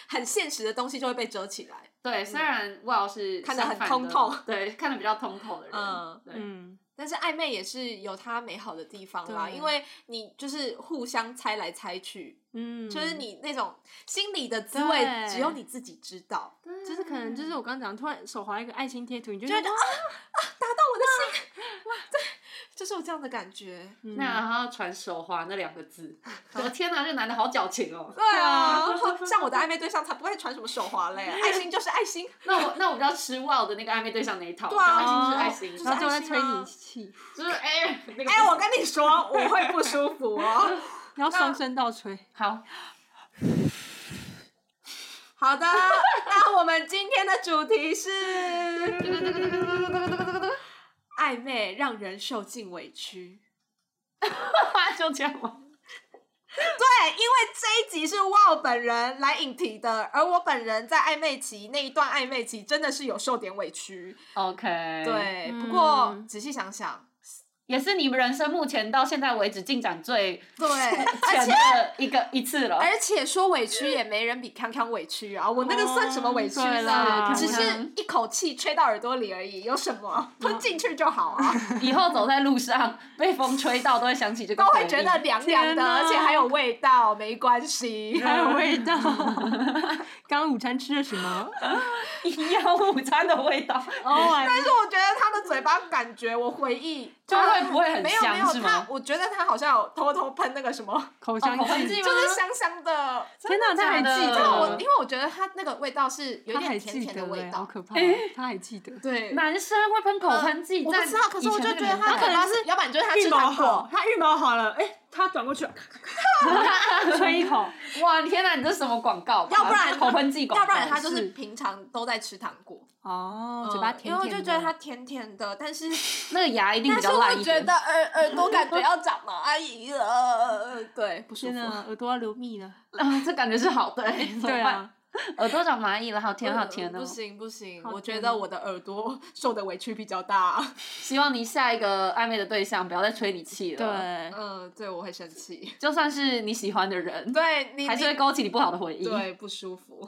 [SPEAKER 1] 很现实的东西就会被遮起来。
[SPEAKER 4] 对，虽然 Well 是
[SPEAKER 1] 嗯看得很
[SPEAKER 4] 相反
[SPEAKER 1] 通
[SPEAKER 4] 的
[SPEAKER 1] 透
[SPEAKER 4] 对，看得比较通透的人，
[SPEAKER 1] 嗯
[SPEAKER 4] 对，
[SPEAKER 2] 嗯，
[SPEAKER 1] 但是暧昧也是有它美好的地方啦，
[SPEAKER 2] 对
[SPEAKER 1] 因为你就是互相猜来猜去，
[SPEAKER 2] 嗯，
[SPEAKER 1] 就是你那种心里的滋味，
[SPEAKER 2] 对
[SPEAKER 1] 只有你自己知道。
[SPEAKER 2] 就是可能就是我刚刚讲，突然手滑一个爱心贴图，你就
[SPEAKER 1] 就
[SPEAKER 2] 觉
[SPEAKER 1] 觉
[SPEAKER 2] 得
[SPEAKER 1] 得啊啊，打到我的心， 对，就是有这样的感觉。
[SPEAKER 2] 嗯
[SPEAKER 4] 那然后传手滑那两个 字，我的天哪，这个男的好矫情哦。
[SPEAKER 1] 对啊，像我的暧昧对象才不会传什么手滑嘞，爱心就是爱 心，
[SPEAKER 4] 那我那我比较吃 wow 的那个暧昧对象那一套，
[SPEAKER 1] 对啊
[SPEAKER 4] 爱心是爱心，
[SPEAKER 1] 就是
[SPEAKER 2] 然后最后再
[SPEAKER 1] 爱心
[SPEAKER 2] 吹
[SPEAKER 1] 啊
[SPEAKER 2] 你气，
[SPEAKER 4] 就是哎那个
[SPEAKER 1] 哎，我跟你说，我会不舒服哦。
[SPEAKER 2] 然后双声道吹。
[SPEAKER 4] 好，
[SPEAKER 1] 好的， 那我们今天的主题 是暧昧让人受尽委屈。
[SPEAKER 4] 就这样吗？
[SPEAKER 1] 对，因为这一集是哇我本人来引题的，而我本人在暧昧期那一段暧昧期真的是有受点委屈。
[SPEAKER 4] OK，，
[SPEAKER 1] 对，
[SPEAKER 2] 嗯
[SPEAKER 1] 不过仔细想想，
[SPEAKER 4] 也是你们人生目前到现在为止进展最
[SPEAKER 1] 对， 而
[SPEAKER 4] 前
[SPEAKER 1] 且哎
[SPEAKER 4] 的一个一次了。
[SPEAKER 1] 而且说委屈也没人比康康委屈啊！我那个算什么委屈
[SPEAKER 2] 哦对
[SPEAKER 1] 呢？
[SPEAKER 2] 啦
[SPEAKER 1] 只
[SPEAKER 4] 康
[SPEAKER 1] 是
[SPEAKER 4] 康
[SPEAKER 1] 一口气吹到耳朵里而已，有什么吞进去就好啊，
[SPEAKER 4] 以后走在路上被风吹到，都会想起这个
[SPEAKER 1] 都
[SPEAKER 4] 回忆，
[SPEAKER 1] 会觉得凉凉
[SPEAKER 2] 天
[SPEAKER 1] 的，
[SPEAKER 2] 哪嗯
[SPEAKER 1] 而且还有味道，没关 系。
[SPEAKER 2] 还有味道。 刚刚午餐吃了什么
[SPEAKER 4] 一样午餐的味道。
[SPEAKER 2] ？Oh my！
[SPEAKER 1] 但是我觉得他的嘴巴感觉，我回忆
[SPEAKER 4] 就
[SPEAKER 1] 他
[SPEAKER 4] 会不会很
[SPEAKER 1] 没有
[SPEAKER 4] 香
[SPEAKER 1] 没有
[SPEAKER 4] 是吗
[SPEAKER 1] 他，我觉得他好像有偷偷喷那个什么，
[SPEAKER 2] 口香
[SPEAKER 4] 口香
[SPEAKER 2] 剂，
[SPEAKER 1] 就是香香的。
[SPEAKER 2] 天哪，他还
[SPEAKER 4] 假
[SPEAKER 2] 记
[SPEAKER 4] 的
[SPEAKER 1] 但
[SPEAKER 2] 得
[SPEAKER 1] 我因为我觉得他那个味道是有
[SPEAKER 2] 他还
[SPEAKER 1] 点
[SPEAKER 2] 记
[SPEAKER 1] 甜甜的
[SPEAKER 2] 得
[SPEAKER 1] 味
[SPEAKER 2] 欸好
[SPEAKER 1] 道，
[SPEAKER 2] 可 怕！他还记得，
[SPEAKER 1] 对。
[SPEAKER 4] 男生会喷口喷剂，
[SPEAKER 1] 呃我不
[SPEAKER 4] 在
[SPEAKER 1] 知道，可是我
[SPEAKER 4] 以
[SPEAKER 1] 就
[SPEAKER 4] 前
[SPEAKER 1] 觉得
[SPEAKER 4] 那个年
[SPEAKER 1] 他
[SPEAKER 4] 代
[SPEAKER 1] 可能是，要不然就是他吃糖果，，
[SPEAKER 2] 他预谋好了，哎，他转过去，吹一口，
[SPEAKER 4] 哇，天哪，你这是什么广告吧？
[SPEAKER 1] 要不然
[SPEAKER 4] 啊口喷剂广告，
[SPEAKER 1] 要不然他就是
[SPEAKER 2] 是
[SPEAKER 1] 平常都在吃糖果，
[SPEAKER 2] 哦，
[SPEAKER 1] 嗯
[SPEAKER 2] 嘴巴甜
[SPEAKER 1] 因为
[SPEAKER 2] 甜的，
[SPEAKER 1] 我就觉得它甜甜的，但是
[SPEAKER 4] 那个牙一定
[SPEAKER 1] 但
[SPEAKER 4] 比
[SPEAKER 1] 是
[SPEAKER 4] 较烂
[SPEAKER 1] 我
[SPEAKER 4] 一
[SPEAKER 1] 觉
[SPEAKER 4] 点
[SPEAKER 1] 得。耳耳朵感觉要 长毛阿姨了，对，不舒
[SPEAKER 2] 真
[SPEAKER 1] 服。
[SPEAKER 2] 的耳朵要流蜜了。
[SPEAKER 4] 啊，这感觉是好的， 怎 么
[SPEAKER 2] 对
[SPEAKER 4] 办？
[SPEAKER 2] 啊，
[SPEAKER 4] 耳朵长蚂蚁了，好甜好甜
[SPEAKER 1] 嗯
[SPEAKER 4] 哦
[SPEAKER 1] 不！行不行，
[SPEAKER 2] 好
[SPEAKER 1] 我觉
[SPEAKER 2] 甜
[SPEAKER 1] 得
[SPEAKER 2] 哦
[SPEAKER 1] 我的耳朵受的委屈比较大。
[SPEAKER 4] 希望你下一个暧昧的对象不要再吹你气了。，
[SPEAKER 2] 对，啊
[SPEAKER 1] 嗯，对，我会生 气。
[SPEAKER 4] 就算是你喜欢的人，
[SPEAKER 1] 对你
[SPEAKER 4] 还是会
[SPEAKER 1] 你
[SPEAKER 4] 勾起你不好的回忆。，
[SPEAKER 1] 对不舒服。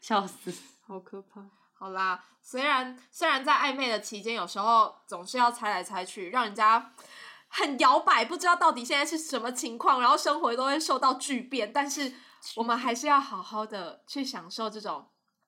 [SPEAKER 4] 笑死。
[SPEAKER 2] 好可怕。
[SPEAKER 1] 好啦，虽然虽然在暧昧的期间，有时候总是要猜来猜去，让人家很摇摆，不知道到底现在是什么情况，然后生活都会受到巨变。但是我们还是要好好的去享受这种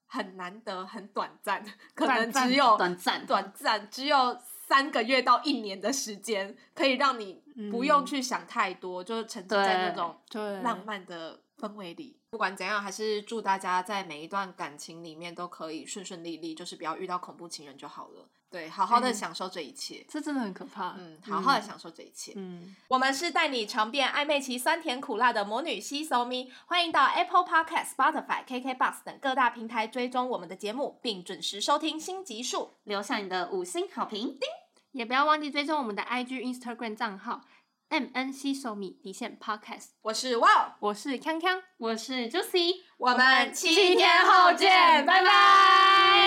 [SPEAKER 1] 很难得、很短暂，可能
[SPEAKER 2] 短暂
[SPEAKER 1] 只有
[SPEAKER 4] 短暂，
[SPEAKER 1] 短暂，只有三个月到一年的时间，可以让你不用
[SPEAKER 2] 嗯
[SPEAKER 1] 去想太多，就是沉浸在那
[SPEAKER 4] 对
[SPEAKER 1] 种
[SPEAKER 2] 对，
[SPEAKER 1] 浪漫的氛围里。不管怎样，还是祝大家在每一段感情里面都可以顺顺利利，就是不要遇到恐怖情人就好了。对，好好的
[SPEAKER 2] 嗯
[SPEAKER 1] 享受这一切。
[SPEAKER 2] 这真的很可怕。
[SPEAKER 1] 嗯，好好的享受这一切。
[SPEAKER 2] 嗯，
[SPEAKER 1] 我们是带你尝遍暧昧期酸甜苦辣的魔女西索咪，欢迎到 Apple Podcast、Spotify、KKBox 等各大平台追踪我们的节目，并准时收听新集数。
[SPEAKER 4] 留下你的五星好评。
[SPEAKER 2] 也不要忘记追踪我们的 IG、Instagram 账号 M N C 手米底线 Podcast。
[SPEAKER 1] 我是 Wow，
[SPEAKER 2] 我是康康，
[SPEAKER 4] 我是 Juicy，
[SPEAKER 1] 我们
[SPEAKER 2] 拜拜。